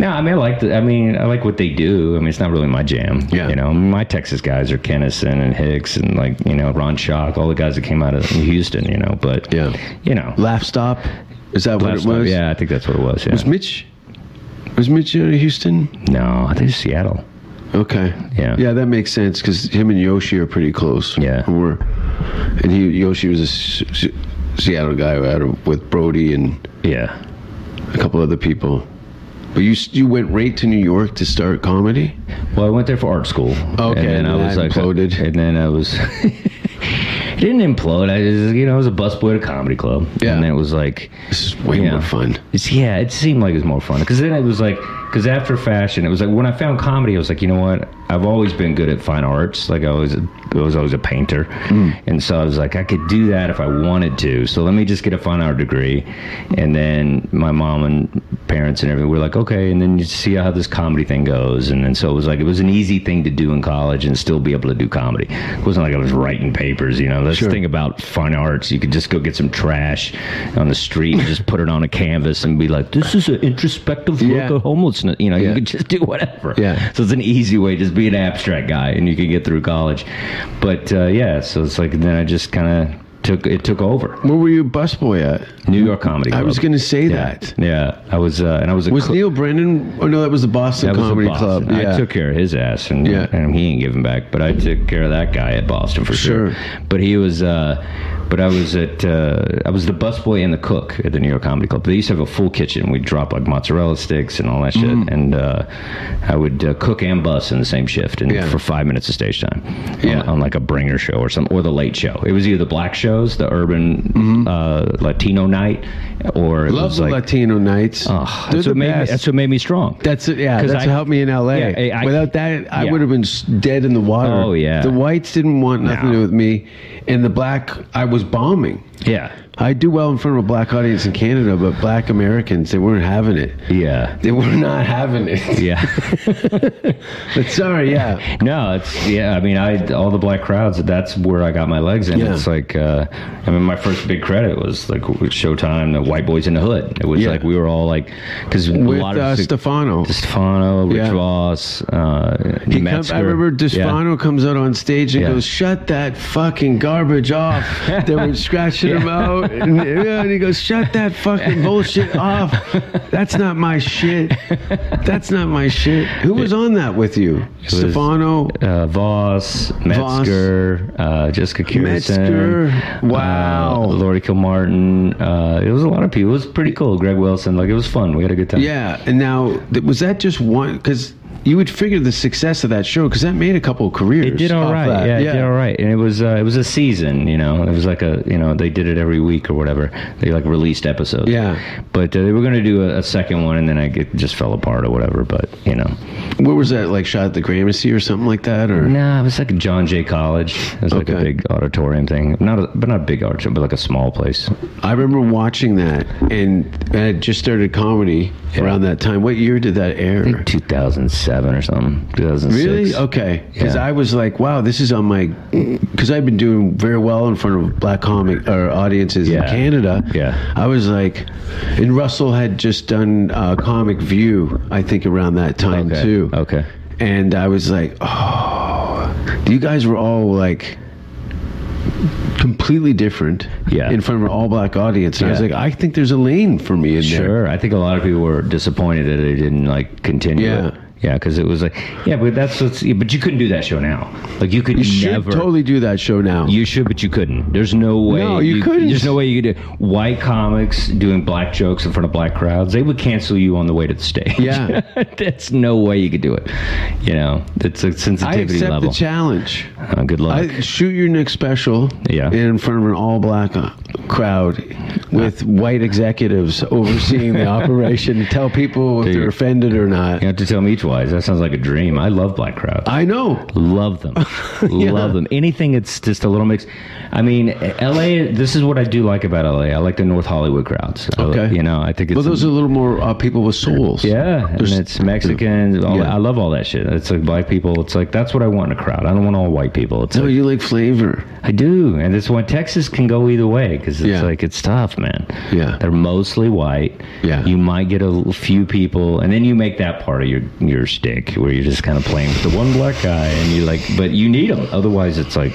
[SPEAKER 7] no, I mean I like the, I mean I like what they do. I mean it's not really my jam.
[SPEAKER 6] Yeah.
[SPEAKER 7] you know my Texas guys are Kennison and Hicks and like you know Ron Shock, all the guys that came out of Houston. You know, but
[SPEAKER 6] Yeah.
[SPEAKER 7] you know,
[SPEAKER 6] Laugh Stop? Is that what
[SPEAKER 7] Last
[SPEAKER 6] it
[SPEAKER 7] time-
[SPEAKER 6] was?
[SPEAKER 7] yeah, I think that's what it was. Yeah,
[SPEAKER 6] Was Mitch? Was Mitch out of Houston?
[SPEAKER 7] no, I think it's Seattle.
[SPEAKER 6] Okay.
[SPEAKER 7] Yeah.
[SPEAKER 6] Yeah, that makes sense because him and Yoshi are pretty close.
[SPEAKER 7] Yeah.
[SPEAKER 6] Who were, and he Yoshi was a S- S- Seattle guy out of, with Brody and
[SPEAKER 7] Yeah,
[SPEAKER 6] a couple other people. But you s- you went right to New York to start comedy.
[SPEAKER 7] Well, I went there for art school.
[SPEAKER 6] Okay,
[SPEAKER 7] and then
[SPEAKER 6] and
[SPEAKER 7] I was
[SPEAKER 6] that
[SPEAKER 7] like,
[SPEAKER 6] imploded.
[SPEAKER 7] and then I was. it didn't implode. I just, you know, I was a busboy at a comedy club.
[SPEAKER 6] Yeah.
[SPEAKER 7] and it was like,
[SPEAKER 6] This is way
[SPEAKER 7] Yeah.
[SPEAKER 6] more fun.
[SPEAKER 7] it's yeah, it seemed like it was more fun because then it was like, because after fashion, it was like when I found comedy, I was like, you know what? I've always been good at fine arts. Like I was, I was always a painter, and so I was like, I could do that if I wanted to. So let me just get a fine art degree, and then my mom and parents and everything were like, okay, and then you see how this comedy thing goes, and then so it was like it was an easy thing to do in college and still be able to do comedy. It wasn't like I was writing papers, you know. That's the thing about fine arts. You could just go get some trash on the street and just put it on a canvas and be like, this is an introspective look
[SPEAKER 6] Yeah.
[SPEAKER 7] at homelessness. You know,
[SPEAKER 6] Yeah.
[SPEAKER 7] you could just do whatever.
[SPEAKER 6] Yeah.
[SPEAKER 7] So it's an easy way. Just be an abstract guy and you can get through college. But uh, yeah, so it's like then I just kind of took it took over
[SPEAKER 6] Where were you a busboy at?
[SPEAKER 7] New York comedy.
[SPEAKER 6] I
[SPEAKER 7] Club.
[SPEAKER 6] was gonna say that.
[SPEAKER 7] Yeah, I was, uh, and I was a
[SPEAKER 6] Was
[SPEAKER 7] cl-
[SPEAKER 6] Neil Brennan? Oh no, that was the Boston
[SPEAKER 7] That was in
[SPEAKER 6] Comedy
[SPEAKER 7] Boston.
[SPEAKER 6] Club. Yeah.
[SPEAKER 7] I took care of his ass, and,
[SPEAKER 6] Yeah.
[SPEAKER 7] and he ain't giving back. But I took care of that guy at Boston for sure.
[SPEAKER 6] Sure.
[SPEAKER 7] But he was, uh, but I was at, uh, I was the busboy and the cook at the New York Comedy Club. They used to have a full kitchen. We'd drop like mozzarella sticks and all that shit,
[SPEAKER 6] Mm-hmm.
[SPEAKER 7] and uh, I would uh, cook and bus in the same shift, and
[SPEAKER 6] Yeah.
[SPEAKER 7] for five minutes of stage time,
[SPEAKER 6] Yeah.
[SPEAKER 7] on, on like a bringer show or something, or the late show. It was either the black shows, the urban uh, Latino night, or it
[SPEAKER 6] Mm-hmm. Love
[SPEAKER 7] was
[SPEAKER 6] the
[SPEAKER 7] like.
[SPEAKER 6] Latino nights.
[SPEAKER 7] Oh,
[SPEAKER 6] They're
[SPEAKER 7] that's,
[SPEAKER 6] the
[SPEAKER 7] what made me,
[SPEAKER 6] best.
[SPEAKER 7] that's what made me strong.
[SPEAKER 6] That's it. Yeah,
[SPEAKER 7] 'Cause
[SPEAKER 6] that's
[SPEAKER 7] I-
[SPEAKER 6] what helped me in L.A.
[SPEAKER 7] Yeah, I- I-
[SPEAKER 6] Without that, I
[SPEAKER 7] yeah.
[SPEAKER 6] would have been s- dead in the water.
[SPEAKER 7] Oh, yeah.
[SPEAKER 6] The whites didn't want nothing to
[SPEAKER 7] No.
[SPEAKER 6] do with me, and the black, I was bombing.
[SPEAKER 7] Yeah.
[SPEAKER 6] I do well in front of a black audience in Canada, but black Americans, they weren't having it.
[SPEAKER 7] Yeah.
[SPEAKER 6] They were not having it.
[SPEAKER 7] Yeah.
[SPEAKER 6] But sorry, yeah.
[SPEAKER 7] no, it's yeah. I mean, I all the black crowds. That's where I got my legs in.
[SPEAKER 6] Yeah.
[SPEAKER 7] It's like, uh, I mean, my first big credit was like with Showtime, the White Boys in the Hood. It was
[SPEAKER 6] Yeah.
[SPEAKER 7] like we were all like, because a
[SPEAKER 6] With
[SPEAKER 7] lot of
[SPEAKER 6] uh,
[SPEAKER 7] the-
[SPEAKER 6] Stefano.
[SPEAKER 7] Stefano, Rich
[SPEAKER 6] Yeah,
[SPEAKER 7] Voss, uh,
[SPEAKER 6] He come-
[SPEAKER 7] Metzger.
[SPEAKER 6] I remember
[SPEAKER 7] Yeah.
[SPEAKER 6] Despano comes out on stage and
[SPEAKER 7] Yeah.
[SPEAKER 6] goes, "Shut that fucking garbage off." they were scratching him out, and, yeah, and he goes, "Shut that fucking bullshit off." That's not my shit. That's not my shit. Who was on that with you,
[SPEAKER 7] was-
[SPEAKER 6] Stefano?
[SPEAKER 7] Uh, Voss, Metzger, Uh, Jessica
[SPEAKER 6] Metzger.
[SPEAKER 7] Kirsten,
[SPEAKER 6] Wow.
[SPEAKER 7] uh, Lori Kilmartin. Uh, it was a lot of people. It was pretty cool. Greg Wilson, like it was fun. We had a good time.
[SPEAKER 6] Yeah, and now th- was that just one? Because you would figure the success of that show because that made a couple of careers.
[SPEAKER 7] It did all
[SPEAKER 6] off
[SPEAKER 7] right.
[SPEAKER 6] that.
[SPEAKER 7] Yeah, it did all right. And it was uh, it was a season. You know, it was like a you know they did it every week or whatever. They like released episodes.
[SPEAKER 6] Yeah.
[SPEAKER 7] But uh, they were going to do a, a second one, and then I get, just fell apart or whatever. But you know,
[SPEAKER 6] Where was that? Like shot at the Gramercy or something like that, or
[SPEAKER 7] nah, it was like a John Jay College. It was like
[SPEAKER 6] Okay.
[SPEAKER 7] a big auditorium thing. Not a, but not a big auditorium, but like a small place.
[SPEAKER 6] I remember watching that, and I had just started comedy around that time. What year did that air?
[SPEAKER 7] 2007 or something. 2006.
[SPEAKER 6] Really? Oh, Okay. Because
[SPEAKER 7] Yeah.
[SPEAKER 6] I was like, wow, this is on my. Because I've been doing very well in front of black comic or audiences in
[SPEAKER 7] Yeah.
[SPEAKER 6] Canada.
[SPEAKER 7] Yeah.
[SPEAKER 6] I was like, and Russell had just done uh, Comic View, I think, around that time
[SPEAKER 7] Okay.
[SPEAKER 6] too.
[SPEAKER 7] Okay.
[SPEAKER 6] And I was like, oh, you guys were all like completely different
[SPEAKER 7] Yeah.
[SPEAKER 6] in front of an all black audience. And I was
[SPEAKER 7] Yeah.
[SPEAKER 6] like, I think there's a lane for me in there.
[SPEAKER 7] Sure. I think a lot of people were disappointed that they didn't like continue
[SPEAKER 6] Yeah.
[SPEAKER 7] it. Yeah, because it was like, yeah, but that's what's, but you couldn't do that show now. Like you could
[SPEAKER 6] You should
[SPEAKER 7] never.
[SPEAKER 6] totally do that show now.
[SPEAKER 7] You should, but you couldn't. There's no way.
[SPEAKER 6] No, you couldn't.
[SPEAKER 7] There's no way you could do white comics doing black jokes in front of black crowds. They would cancel you on the way to the stage.
[SPEAKER 6] Yeah.
[SPEAKER 7] that's no way you could do it. You know, it's a
[SPEAKER 6] I
[SPEAKER 7] sensitivity
[SPEAKER 6] accept
[SPEAKER 7] level.
[SPEAKER 6] the challenge.
[SPEAKER 7] Uh, good luck.
[SPEAKER 6] I shoot your next special
[SPEAKER 7] Yeah.
[SPEAKER 6] in front of an all black crowd with
[SPEAKER 7] Uh,
[SPEAKER 6] white executives overseeing the operation to tell people if
[SPEAKER 7] Dude.
[SPEAKER 6] they're offended or not.
[SPEAKER 7] you have to tell me twice. That sounds like a dream. I love black crowds.
[SPEAKER 6] I know.
[SPEAKER 7] Love them. Love them. Anything that's just a little mix. I mean, LA, this is what I do like about LA. I like the North Hollywood crowds. I-
[SPEAKER 6] Okay.
[SPEAKER 7] you know, I think it's.
[SPEAKER 6] Well, those are a little more uh, people with souls.
[SPEAKER 7] yeah, and
[SPEAKER 6] There's-
[SPEAKER 7] it's Mexicans. All
[SPEAKER 6] Yeah.
[SPEAKER 7] that. I love all that shit. It's like black people. It's like that's what I want in a crowd. I don't want all white people. It's
[SPEAKER 6] No,
[SPEAKER 7] like,
[SPEAKER 6] you like flavor.
[SPEAKER 7] I do, and that's why Texas can go either way because it's
[SPEAKER 6] Yeah.
[SPEAKER 7] like it's tough, man.
[SPEAKER 6] Yeah.
[SPEAKER 7] they're mostly white.
[SPEAKER 6] Yeah.
[SPEAKER 7] you might get a l- few people, and then you make that part of your your stick where you're just kind of playing with the one black guy, and you like, but you need them. Otherwise, it's like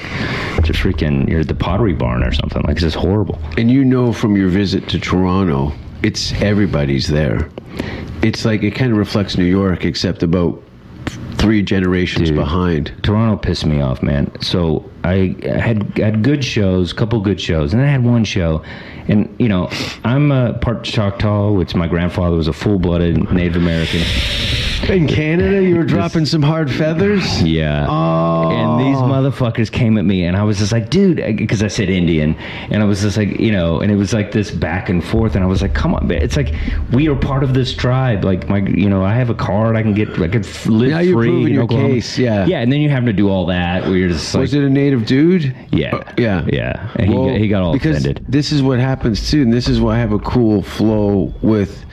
[SPEAKER 7] just freaking you're at the Pottery Barn or something. Like it's just horrible.
[SPEAKER 6] And you know from your visit to Toronto, it's everybody's there. It's like it kind of reflects New York, except about three generations
[SPEAKER 7] Dude.
[SPEAKER 6] behind.
[SPEAKER 7] Toronto pissed me off, man. So I had had good shows, couple good shows, and I had one show, and you know I'm a part Choctaw, which my grandfather was a full-blooded Native American.
[SPEAKER 6] In Canada, you were dropping some hard feathers.
[SPEAKER 7] Yeah.
[SPEAKER 6] Oh.
[SPEAKER 7] And these motherfuckers came at me, and I was just like, dude, because I said Indian, and I was just like, you know, and it was like this back and forth, and I was like, come on, man. It's like we are part of this tribe. Like my, you know, I have a card, I can get, I could f- live
[SPEAKER 6] Now you're
[SPEAKER 7] free.
[SPEAKER 6] proving
[SPEAKER 7] in
[SPEAKER 6] your
[SPEAKER 7] Oklahoma.
[SPEAKER 6] case, yeah.
[SPEAKER 7] Yeah, and then you have to do all that where you're just like,
[SPEAKER 6] was it a native dude?
[SPEAKER 7] yeah,
[SPEAKER 6] Uh, yeah,
[SPEAKER 7] yeah. And he, got, he got all
[SPEAKER 6] because
[SPEAKER 7] offended.
[SPEAKER 6] This is what happens too, and this is why I have a cool flow with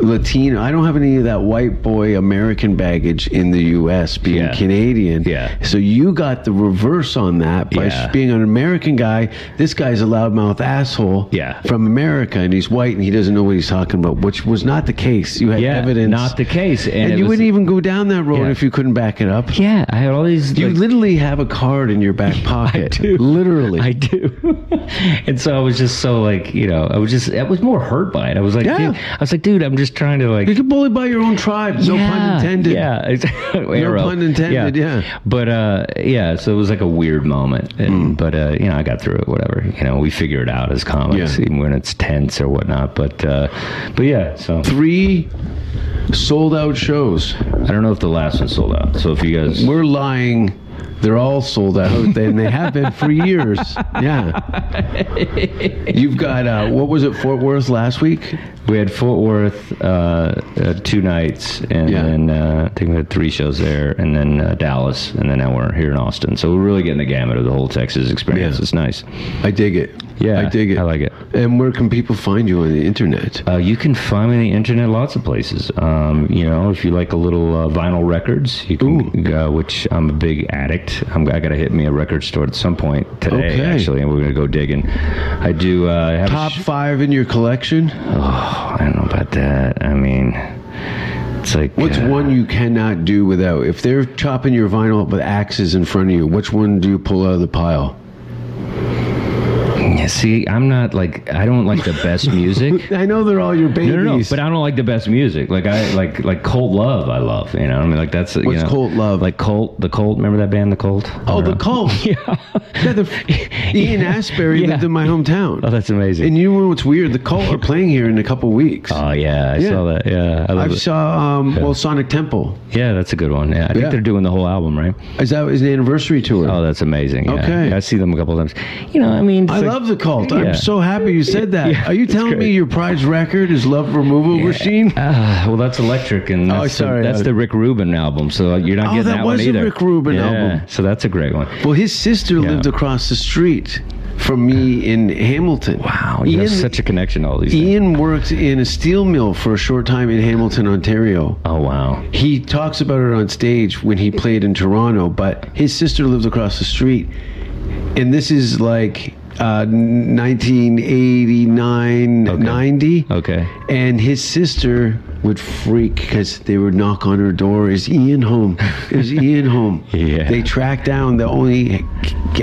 [SPEAKER 6] Latino. I don't have any of that white boy American baggage in the U.S. being
[SPEAKER 7] Yeah.
[SPEAKER 6] Canadian.
[SPEAKER 7] Yeah.
[SPEAKER 6] So you got the reverse on that by
[SPEAKER 7] Yeah.
[SPEAKER 6] being an American guy. This guy's a loudmouth asshole.
[SPEAKER 7] Yeah.
[SPEAKER 6] From America, and he's white, and he doesn't know what he's talking about, which was not the case. You had
[SPEAKER 7] Yeah,
[SPEAKER 6] evidence,
[SPEAKER 7] not the case, and,
[SPEAKER 6] and,
[SPEAKER 7] it
[SPEAKER 6] you
[SPEAKER 7] was-
[SPEAKER 6] wouldn't even go down that road
[SPEAKER 7] Yeah.
[SPEAKER 6] if you couldn't back it up.
[SPEAKER 7] Yeah, I had all these.
[SPEAKER 6] You
[SPEAKER 7] like-
[SPEAKER 6] literally have a card in your back pocket.
[SPEAKER 7] do.
[SPEAKER 6] Literally.
[SPEAKER 7] I do. and so I was just so like, you know, I was just, I was more hurt by it. I was like,
[SPEAKER 6] Yeah.
[SPEAKER 7] dude, I was like, dude, I'm just trying to like.
[SPEAKER 6] You get bullied by your own tribe. No pun intended.
[SPEAKER 7] Yeah. no
[SPEAKER 6] pun intended, yeah. Hmm.
[SPEAKER 7] But uh, yeah, so it was like a weird moment. And, But uh, you know, I got through it. Whatever. You know, we figure it out as comics,
[SPEAKER 6] Yeah.
[SPEAKER 7] even when it's tense or whatnot. But uh, but yeah, so
[SPEAKER 6] Three sold out shows.
[SPEAKER 7] I don't know if the last one sold out. So if you guys,
[SPEAKER 6] We're lying. They're all sold out, and they have been for years. Yeah. You've got, uh, what was it, Fort Worth last week?
[SPEAKER 7] we had Fort Worth uh, uh, two nights, and
[SPEAKER 6] Yeah.
[SPEAKER 7] then uh, I think we had three shows there, and then uh, Dallas, and then now we're here in Austin. So we're really getting the gamut of the whole Texas experience.
[SPEAKER 6] Yeah.
[SPEAKER 7] It's nice.
[SPEAKER 6] I dig it.
[SPEAKER 7] Yeah,
[SPEAKER 6] I dig it.
[SPEAKER 7] I like it.
[SPEAKER 6] And where can people find you on the internet?
[SPEAKER 7] Uh, you can find me on the internet lots of places. Um, you know, if you like a little uh, vinyl records, you can, uh, which I'm a big addict. I'm, I got to hit me a record store at some point today,
[SPEAKER 6] Okay.
[SPEAKER 7] actually, and we're going to go digging. I do uh, I have a
[SPEAKER 6] Top
[SPEAKER 7] sh-
[SPEAKER 6] five in your collection?
[SPEAKER 7] I don't know about that. I mean, it's like.
[SPEAKER 6] What's
[SPEAKER 7] uh,
[SPEAKER 6] one you cannot do without? If they're chopping your vinyl up with axes in front of you, which one do you pull out of the pile?
[SPEAKER 7] yeah, See, I'm not like. I don't like the best music.
[SPEAKER 6] I know they're all your babies.
[SPEAKER 7] No, no, no, but I don't like the best music. Like I like like Cold Love. I love, you know. I mean, like that's you
[SPEAKER 6] What's
[SPEAKER 7] know,
[SPEAKER 6] Cult Love?
[SPEAKER 7] Like Colt, the Colt. Remember that band, the Colt? Uh-huh.
[SPEAKER 6] Oh, the cult. Yeah. the, Ian Asbury
[SPEAKER 7] Yeah.
[SPEAKER 6] lived in my hometown.
[SPEAKER 7] Oh, that's amazing.
[SPEAKER 6] And you know what's weird? The cult are playing here in a couple weeks.
[SPEAKER 7] Oh yeah, I
[SPEAKER 6] Yeah.
[SPEAKER 7] saw that. Yeah, I love
[SPEAKER 6] I
[SPEAKER 7] it.
[SPEAKER 6] saw, um, well, Sonic Temple.
[SPEAKER 7] yeah, that's a good one. Yeah, I think
[SPEAKER 6] Yeah.
[SPEAKER 7] they're doing the whole album, right?
[SPEAKER 6] Is that is the anniversary tour?
[SPEAKER 7] Oh, that's amazing. yeah.
[SPEAKER 6] Okay.
[SPEAKER 7] I see them a couple times. You know, I mean, it's
[SPEAKER 6] I
[SPEAKER 7] like-
[SPEAKER 6] love the cult.
[SPEAKER 7] Yeah.
[SPEAKER 6] I'm so happy you said that.
[SPEAKER 7] Yeah,
[SPEAKER 6] Are you
[SPEAKER 7] it's
[SPEAKER 6] telling me
[SPEAKER 7] great.
[SPEAKER 6] your pride's record is Love Removal Machine?
[SPEAKER 7] Ah, well, that's electric, and
[SPEAKER 6] Oh,
[SPEAKER 7] that's,
[SPEAKER 6] sorry,
[SPEAKER 7] the, that's
[SPEAKER 6] I-
[SPEAKER 7] the Rick Rubin album. So you're not
[SPEAKER 6] Oh,
[SPEAKER 7] getting
[SPEAKER 6] that
[SPEAKER 7] that, one
[SPEAKER 6] was a
[SPEAKER 7] either.
[SPEAKER 6] Rick Rubin
[SPEAKER 7] Yeah,
[SPEAKER 6] album.
[SPEAKER 7] So that's a great one.
[SPEAKER 6] Well, his sister
[SPEAKER 7] Yeah.
[SPEAKER 6] lived across the street from me in Hamilton.
[SPEAKER 7] Wow, you
[SPEAKER 6] Ian,
[SPEAKER 7] have such a connection. to All these. things.
[SPEAKER 6] Ian worked in a steel mill for a short time in Hamilton, Ontario.
[SPEAKER 7] Oh wow.
[SPEAKER 6] He talks about it on stage when he played in Toronto, but his sister lived across the street. And this is like uh, 1989,
[SPEAKER 7] Okay.
[SPEAKER 6] 90.
[SPEAKER 7] Okay.
[SPEAKER 6] And his sister would freak because they would knock on her door. Is Ian home? Is Ian home?
[SPEAKER 7] Yeah.
[SPEAKER 6] They tracked down the only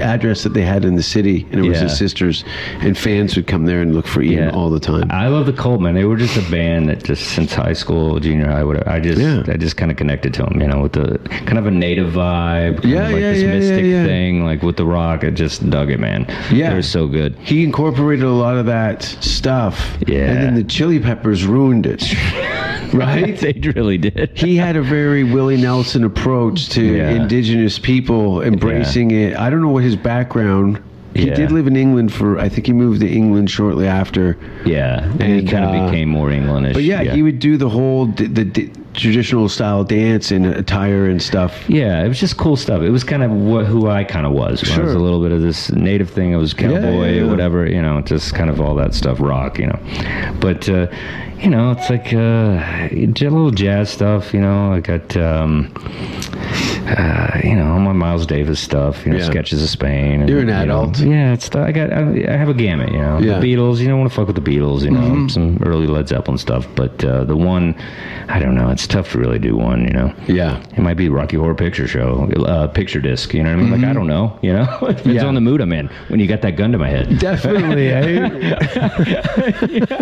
[SPEAKER 6] address that they had in the city, and it was
[SPEAKER 7] Yeah.
[SPEAKER 6] his sister's. And fans would come there and look for Ian all the time.
[SPEAKER 7] I love the Colt, man. They were just a band that just since high school, junior high, whatever. I just,
[SPEAKER 6] Yeah.
[SPEAKER 7] I just kind of connected to them, you know, with the kind of a native vibe, kind
[SPEAKER 6] Yeah,
[SPEAKER 7] of like
[SPEAKER 6] yeah,
[SPEAKER 7] this
[SPEAKER 6] yeah, yeah,
[SPEAKER 7] mystic
[SPEAKER 6] yeah.
[SPEAKER 7] thing, like with the rock. I just dug it, man.
[SPEAKER 6] Yeah.
[SPEAKER 7] they were so good.
[SPEAKER 6] he incorporated a lot of that stuff.
[SPEAKER 7] Yeah.
[SPEAKER 6] And then the Chili Peppers ruined it. right?
[SPEAKER 7] they really did.
[SPEAKER 6] He had a very Willie Nelson approach to
[SPEAKER 7] Yeah.
[SPEAKER 6] indigenous people embracing it. I don't know what his background. He
[SPEAKER 7] Yeah.
[SPEAKER 6] did live in England for I think he moved to England shortly after.
[SPEAKER 7] yeah, and, he
[SPEAKER 6] And,
[SPEAKER 7] kind of
[SPEAKER 6] uh,
[SPEAKER 7] became more Englandish.
[SPEAKER 6] But yeah, he would do the whole d- the d- traditional style dance and attire and stuff.
[SPEAKER 7] Yeah, it was just cool stuff. It was kind of what who I kind of was. When I was
[SPEAKER 6] Sure.
[SPEAKER 7] a little bit of this native thing. I was cowboy,
[SPEAKER 6] yeah, yeah.
[SPEAKER 7] whatever, you know, just kind of all that stuff, rock, you know. But uh, you know, it's like uh, j- little jazz stuff. You know, I got um, uh, you know all my Miles Davis stuff. You know,
[SPEAKER 6] Yeah.
[SPEAKER 7] sketches of Spain. and,
[SPEAKER 6] You're an
[SPEAKER 7] you know,
[SPEAKER 6] adult.
[SPEAKER 7] yeah, it's I got I, I have a gamut. You know,
[SPEAKER 6] Yeah. Mm-hmm.
[SPEAKER 7] the Beatles. You don't want to fuck with the Beatles. You know, some early Led Zeppelin stuff. But uh, the one, I don't know. It's tough to really do one. You know.
[SPEAKER 6] Yeah.
[SPEAKER 7] It might be Rocky Horror Picture Show, uh, picture disc. You know what I mean? Like I don't know. You know, it depends
[SPEAKER 6] Mm-hmm. Yeah.
[SPEAKER 7] on the mood I'm in. When you got that gun to my head,
[SPEAKER 6] Definitely. eh?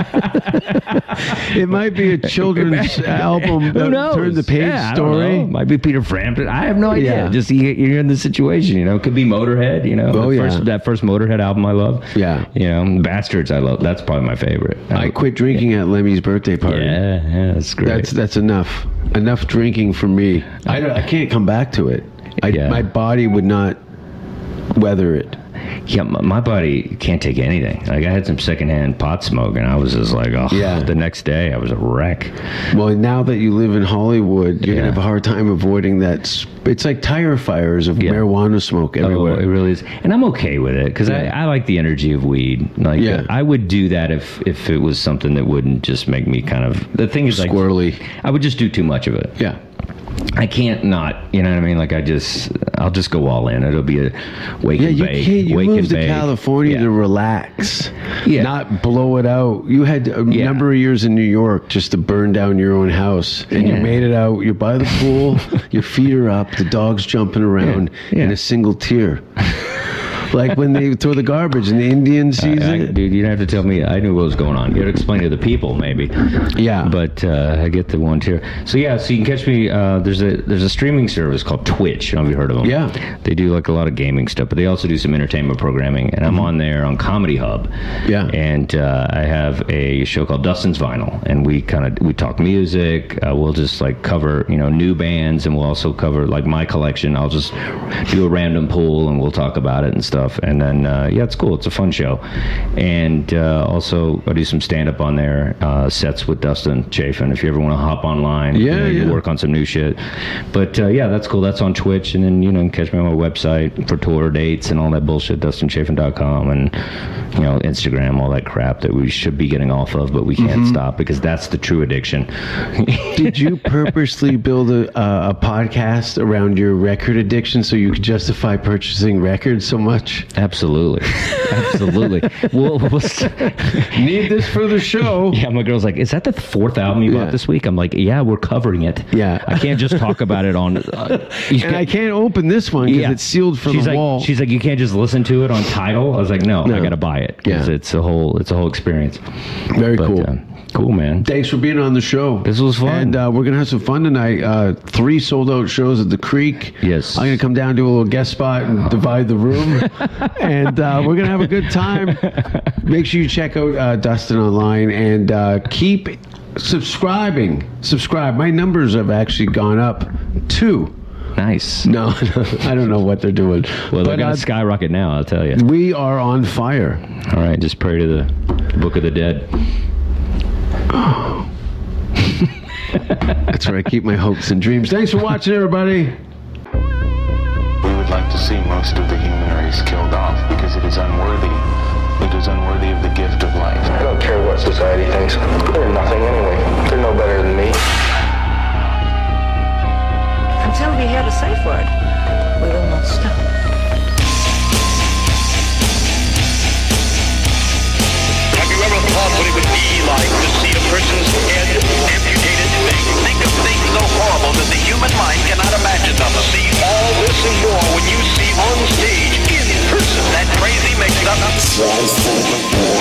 [SPEAKER 6] it might be a children's album
[SPEAKER 7] who
[SPEAKER 6] that
[SPEAKER 7] knows?
[SPEAKER 6] turned the page
[SPEAKER 7] Yeah, I don't
[SPEAKER 6] story.
[SPEAKER 7] know. Might be Peter Frampton. I have no idea.
[SPEAKER 6] Yeah.
[SPEAKER 7] Just you, you're in the situation. You know, could be Motorhead. You know,
[SPEAKER 6] Oh,
[SPEAKER 7] that
[SPEAKER 6] yeah.
[SPEAKER 7] first, that first Motorhead album I love.
[SPEAKER 6] Yeah.
[SPEAKER 7] You know, Bastards I love. That's probably my favorite. Uh,
[SPEAKER 6] I quit drinking at Lemmy's birthday party.
[SPEAKER 7] Yeah, yeah, that's great.
[SPEAKER 6] That's that's enough. Enough drinking for me. I, don't- I can't come back to it. I,
[SPEAKER 7] Yeah.
[SPEAKER 6] My body would not weather it.
[SPEAKER 7] Yeah, my, my body can't take anything. Like I had some secondhand pot smoke, and I was just like, oh,
[SPEAKER 6] Yeah.
[SPEAKER 7] The next day, I was a wreck.
[SPEAKER 6] Well, now that you live in Hollywood, you're
[SPEAKER 7] Yeah.
[SPEAKER 6] gonna have a hard time avoiding that. s- It's like tire fires of
[SPEAKER 7] Yeah.
[SPEAKER 6] marijuana smoke
[SPEAKER 7] Oh,
[SPEAKER 6] everywhere.
[SPEAKER 7] it really is, and I'm okay with it because
[SPEAKER 6] Yeah.
[SPEAKER 7] I, I like the energy of weed. Like,
[SPEAKER 6] Yeah.
[SPEAKER 7] I would do that if if it was something that wouldn't just make me kind of. The thing is, like,
[SPEAKER 6] Squirrely.
[SPEAKER 7] I would just do too much of it.
[SPEAKER 6] Yeah.
[SPEAKER 7] I can't not. You know what I mean? Like, I just, I'll just go all in. It'll be a wake
[SPEAKER 6] Yeah,
[SPEAKER 7] and
[SPEAKER 6] you
[SPEAKER 7] bake.
[SPEAKER 6] can't. You
[SPEAKER 7] wake
[SPEAKER 6] moved
[SPEAKER 7] and
[SPEAKER 6] to
[SPEAKER 7] bake.
[SPEAKER 6] California
[SPEAKER 7] Yeah.
[SPEAKER 6] to relax,
[SPEAKER 7] Yeah.
[SPEAKER 6] not blow it out. You had a
[SPEAKER 7] Yeah.
[SPEAKER 6] number of years in New York just to burn down your own house, and you
[SPEAKER 7] Yeah.
[SPEAKER 6] made it out. You're by the pool, your feet are up, the dog's jumping around
[SPEAKER 7] Yeah.
[SPEAKER 6] in a single tear. like when they throw the garbage and the Indian sees
[SPEAKER 7] Uh, I-
[SPEAKER 6] it.
[SPEAKER 7] dude, you don't have to tell me. I knew what was going on. You had to explain to the people, maybe.
[SPEAKER 6] Yeah.
[SPEAKER 7] But uh, I get the one tier. So yeah, so you can catch me. Uh, there's a there's a streaming service called Twitch. I don't know if you heard of them.
[SPEAKER 6] Yeah.
[SPEAKER 7] They do like a lot of gaming stuff, but they also do some entertainment programming. And I'm on there on Comedy Hub.
[SPEAKER 6] Yeah.
[SPEAKER 7] And uh, I have a show called Dustin's Vinyl, and we kind of we talk music. Uh, we'll just like cover you know new bands, and we'll also cover like my collection. I'll just do a random pool, and we'll talk about it and stuff. And then uh, yeah, it's cool. It's a fun show, and uh, also I do some stand up on there, uh, sets with Dustin Chafin. If you ever want to hop online, you
[SPEAKER 6] Yeah,
[SPEAKER 7] know, you
[SPEAKER 6] yeah.
[SPEAKER 7] work on some new shit. But uh, yeah, that's cool. That's on Twitch, and then you know, you can catch me on my website for tour dates and all that bullshit, DustinChafin.com, and you know, Instagram, all that crap that we should be getting off of, but we can't
[SPEAKER 6] Mm-hmm.
[SPEAKER 7] stop because that's the true addiction.
[SPEAKER 6] Did you purposely build a, uh, a podcast around your record addiction so you could justify purchasing records so much?
[SPEAKER 7] Absolutely, absolutely. we'll, we'll s-
[SPEAKER 6] Need this for the show.
[SPEAKER 7] Yeah, my girl's like, is that the fourth album you
[SPEAKER 6] Yeah.
[SPEAKER 7] bought this week? I'm like, yeah, we're covering it.
[SPEAKER 6] Yeah.
[SPEAKER 7] I can't just talk about it on. Uh, you
[SPEAKER 6] And I can't open this one because it's sealed for
[SPEAKER 7] she's
[SPEAKER 6] the
[SPEAKER 7] like,
[SPEAKER 6] wall.
[SPEAKER 7] She's like, you can't just listen to it on title. I was like, no,
[SPEAKER 6] No.
[SPEAKER 7] I gotta buy it because
[SPEAKER 6] Yeah.
[SPEAKER 7] it's a whole it's a whole experience. um,
[SPEAKER 6] Very cool.
[SPEAKER 7] cool, man.
[SPEAKER 6] Thanks for being on the show.
[SPEAKER 7] uh, This was fun.
[SPEAKER 6] And uh, we're going to have some fun tonight. Uh, three sold out shows at the Creek.
[SPEAKER 7] Yes.
[SPEAKER 6] I'm going to come down, do a little guest spot, and divide the room. and uh, we're going to have a good time. Make sure you check out uh, Dustin online and uh, keep subscribing. Subscribe. My numbers have actually gone up two.
[SPEAKER 7] Nice.
[SPEAKER 6] No, I don't know what they're doing.
[SPEAKER 7] Well, they're
[SPEAKER 6] But,
[SPEAKER 7] gonna
[SPEAKER 6] uh,
[SPEAKER 7] skyrocket now. I'll tell you.
[SPEAKER 6] we are on fire.
[SPEAKER 7] All right, just pray to the Book of the Dead.
[SPEAKER 6] That's where I keep my hopes and dreams. Thanks for watching, everybody.
[SPEAKER 1] We would like to see most of the human race killed off because it is unworthy. It is unworthy of the gift of life.
[SPEAKER 2] I don't care what society thinks. They're nothing anyway. They're no better than me.
[SPEAKER 3] Until we hear the safe word, we will not stop.
[SPEAKER 4] horrible that the human mind cannot imagine them. See all this and more when you see on stage, in person, that crazy mixed up.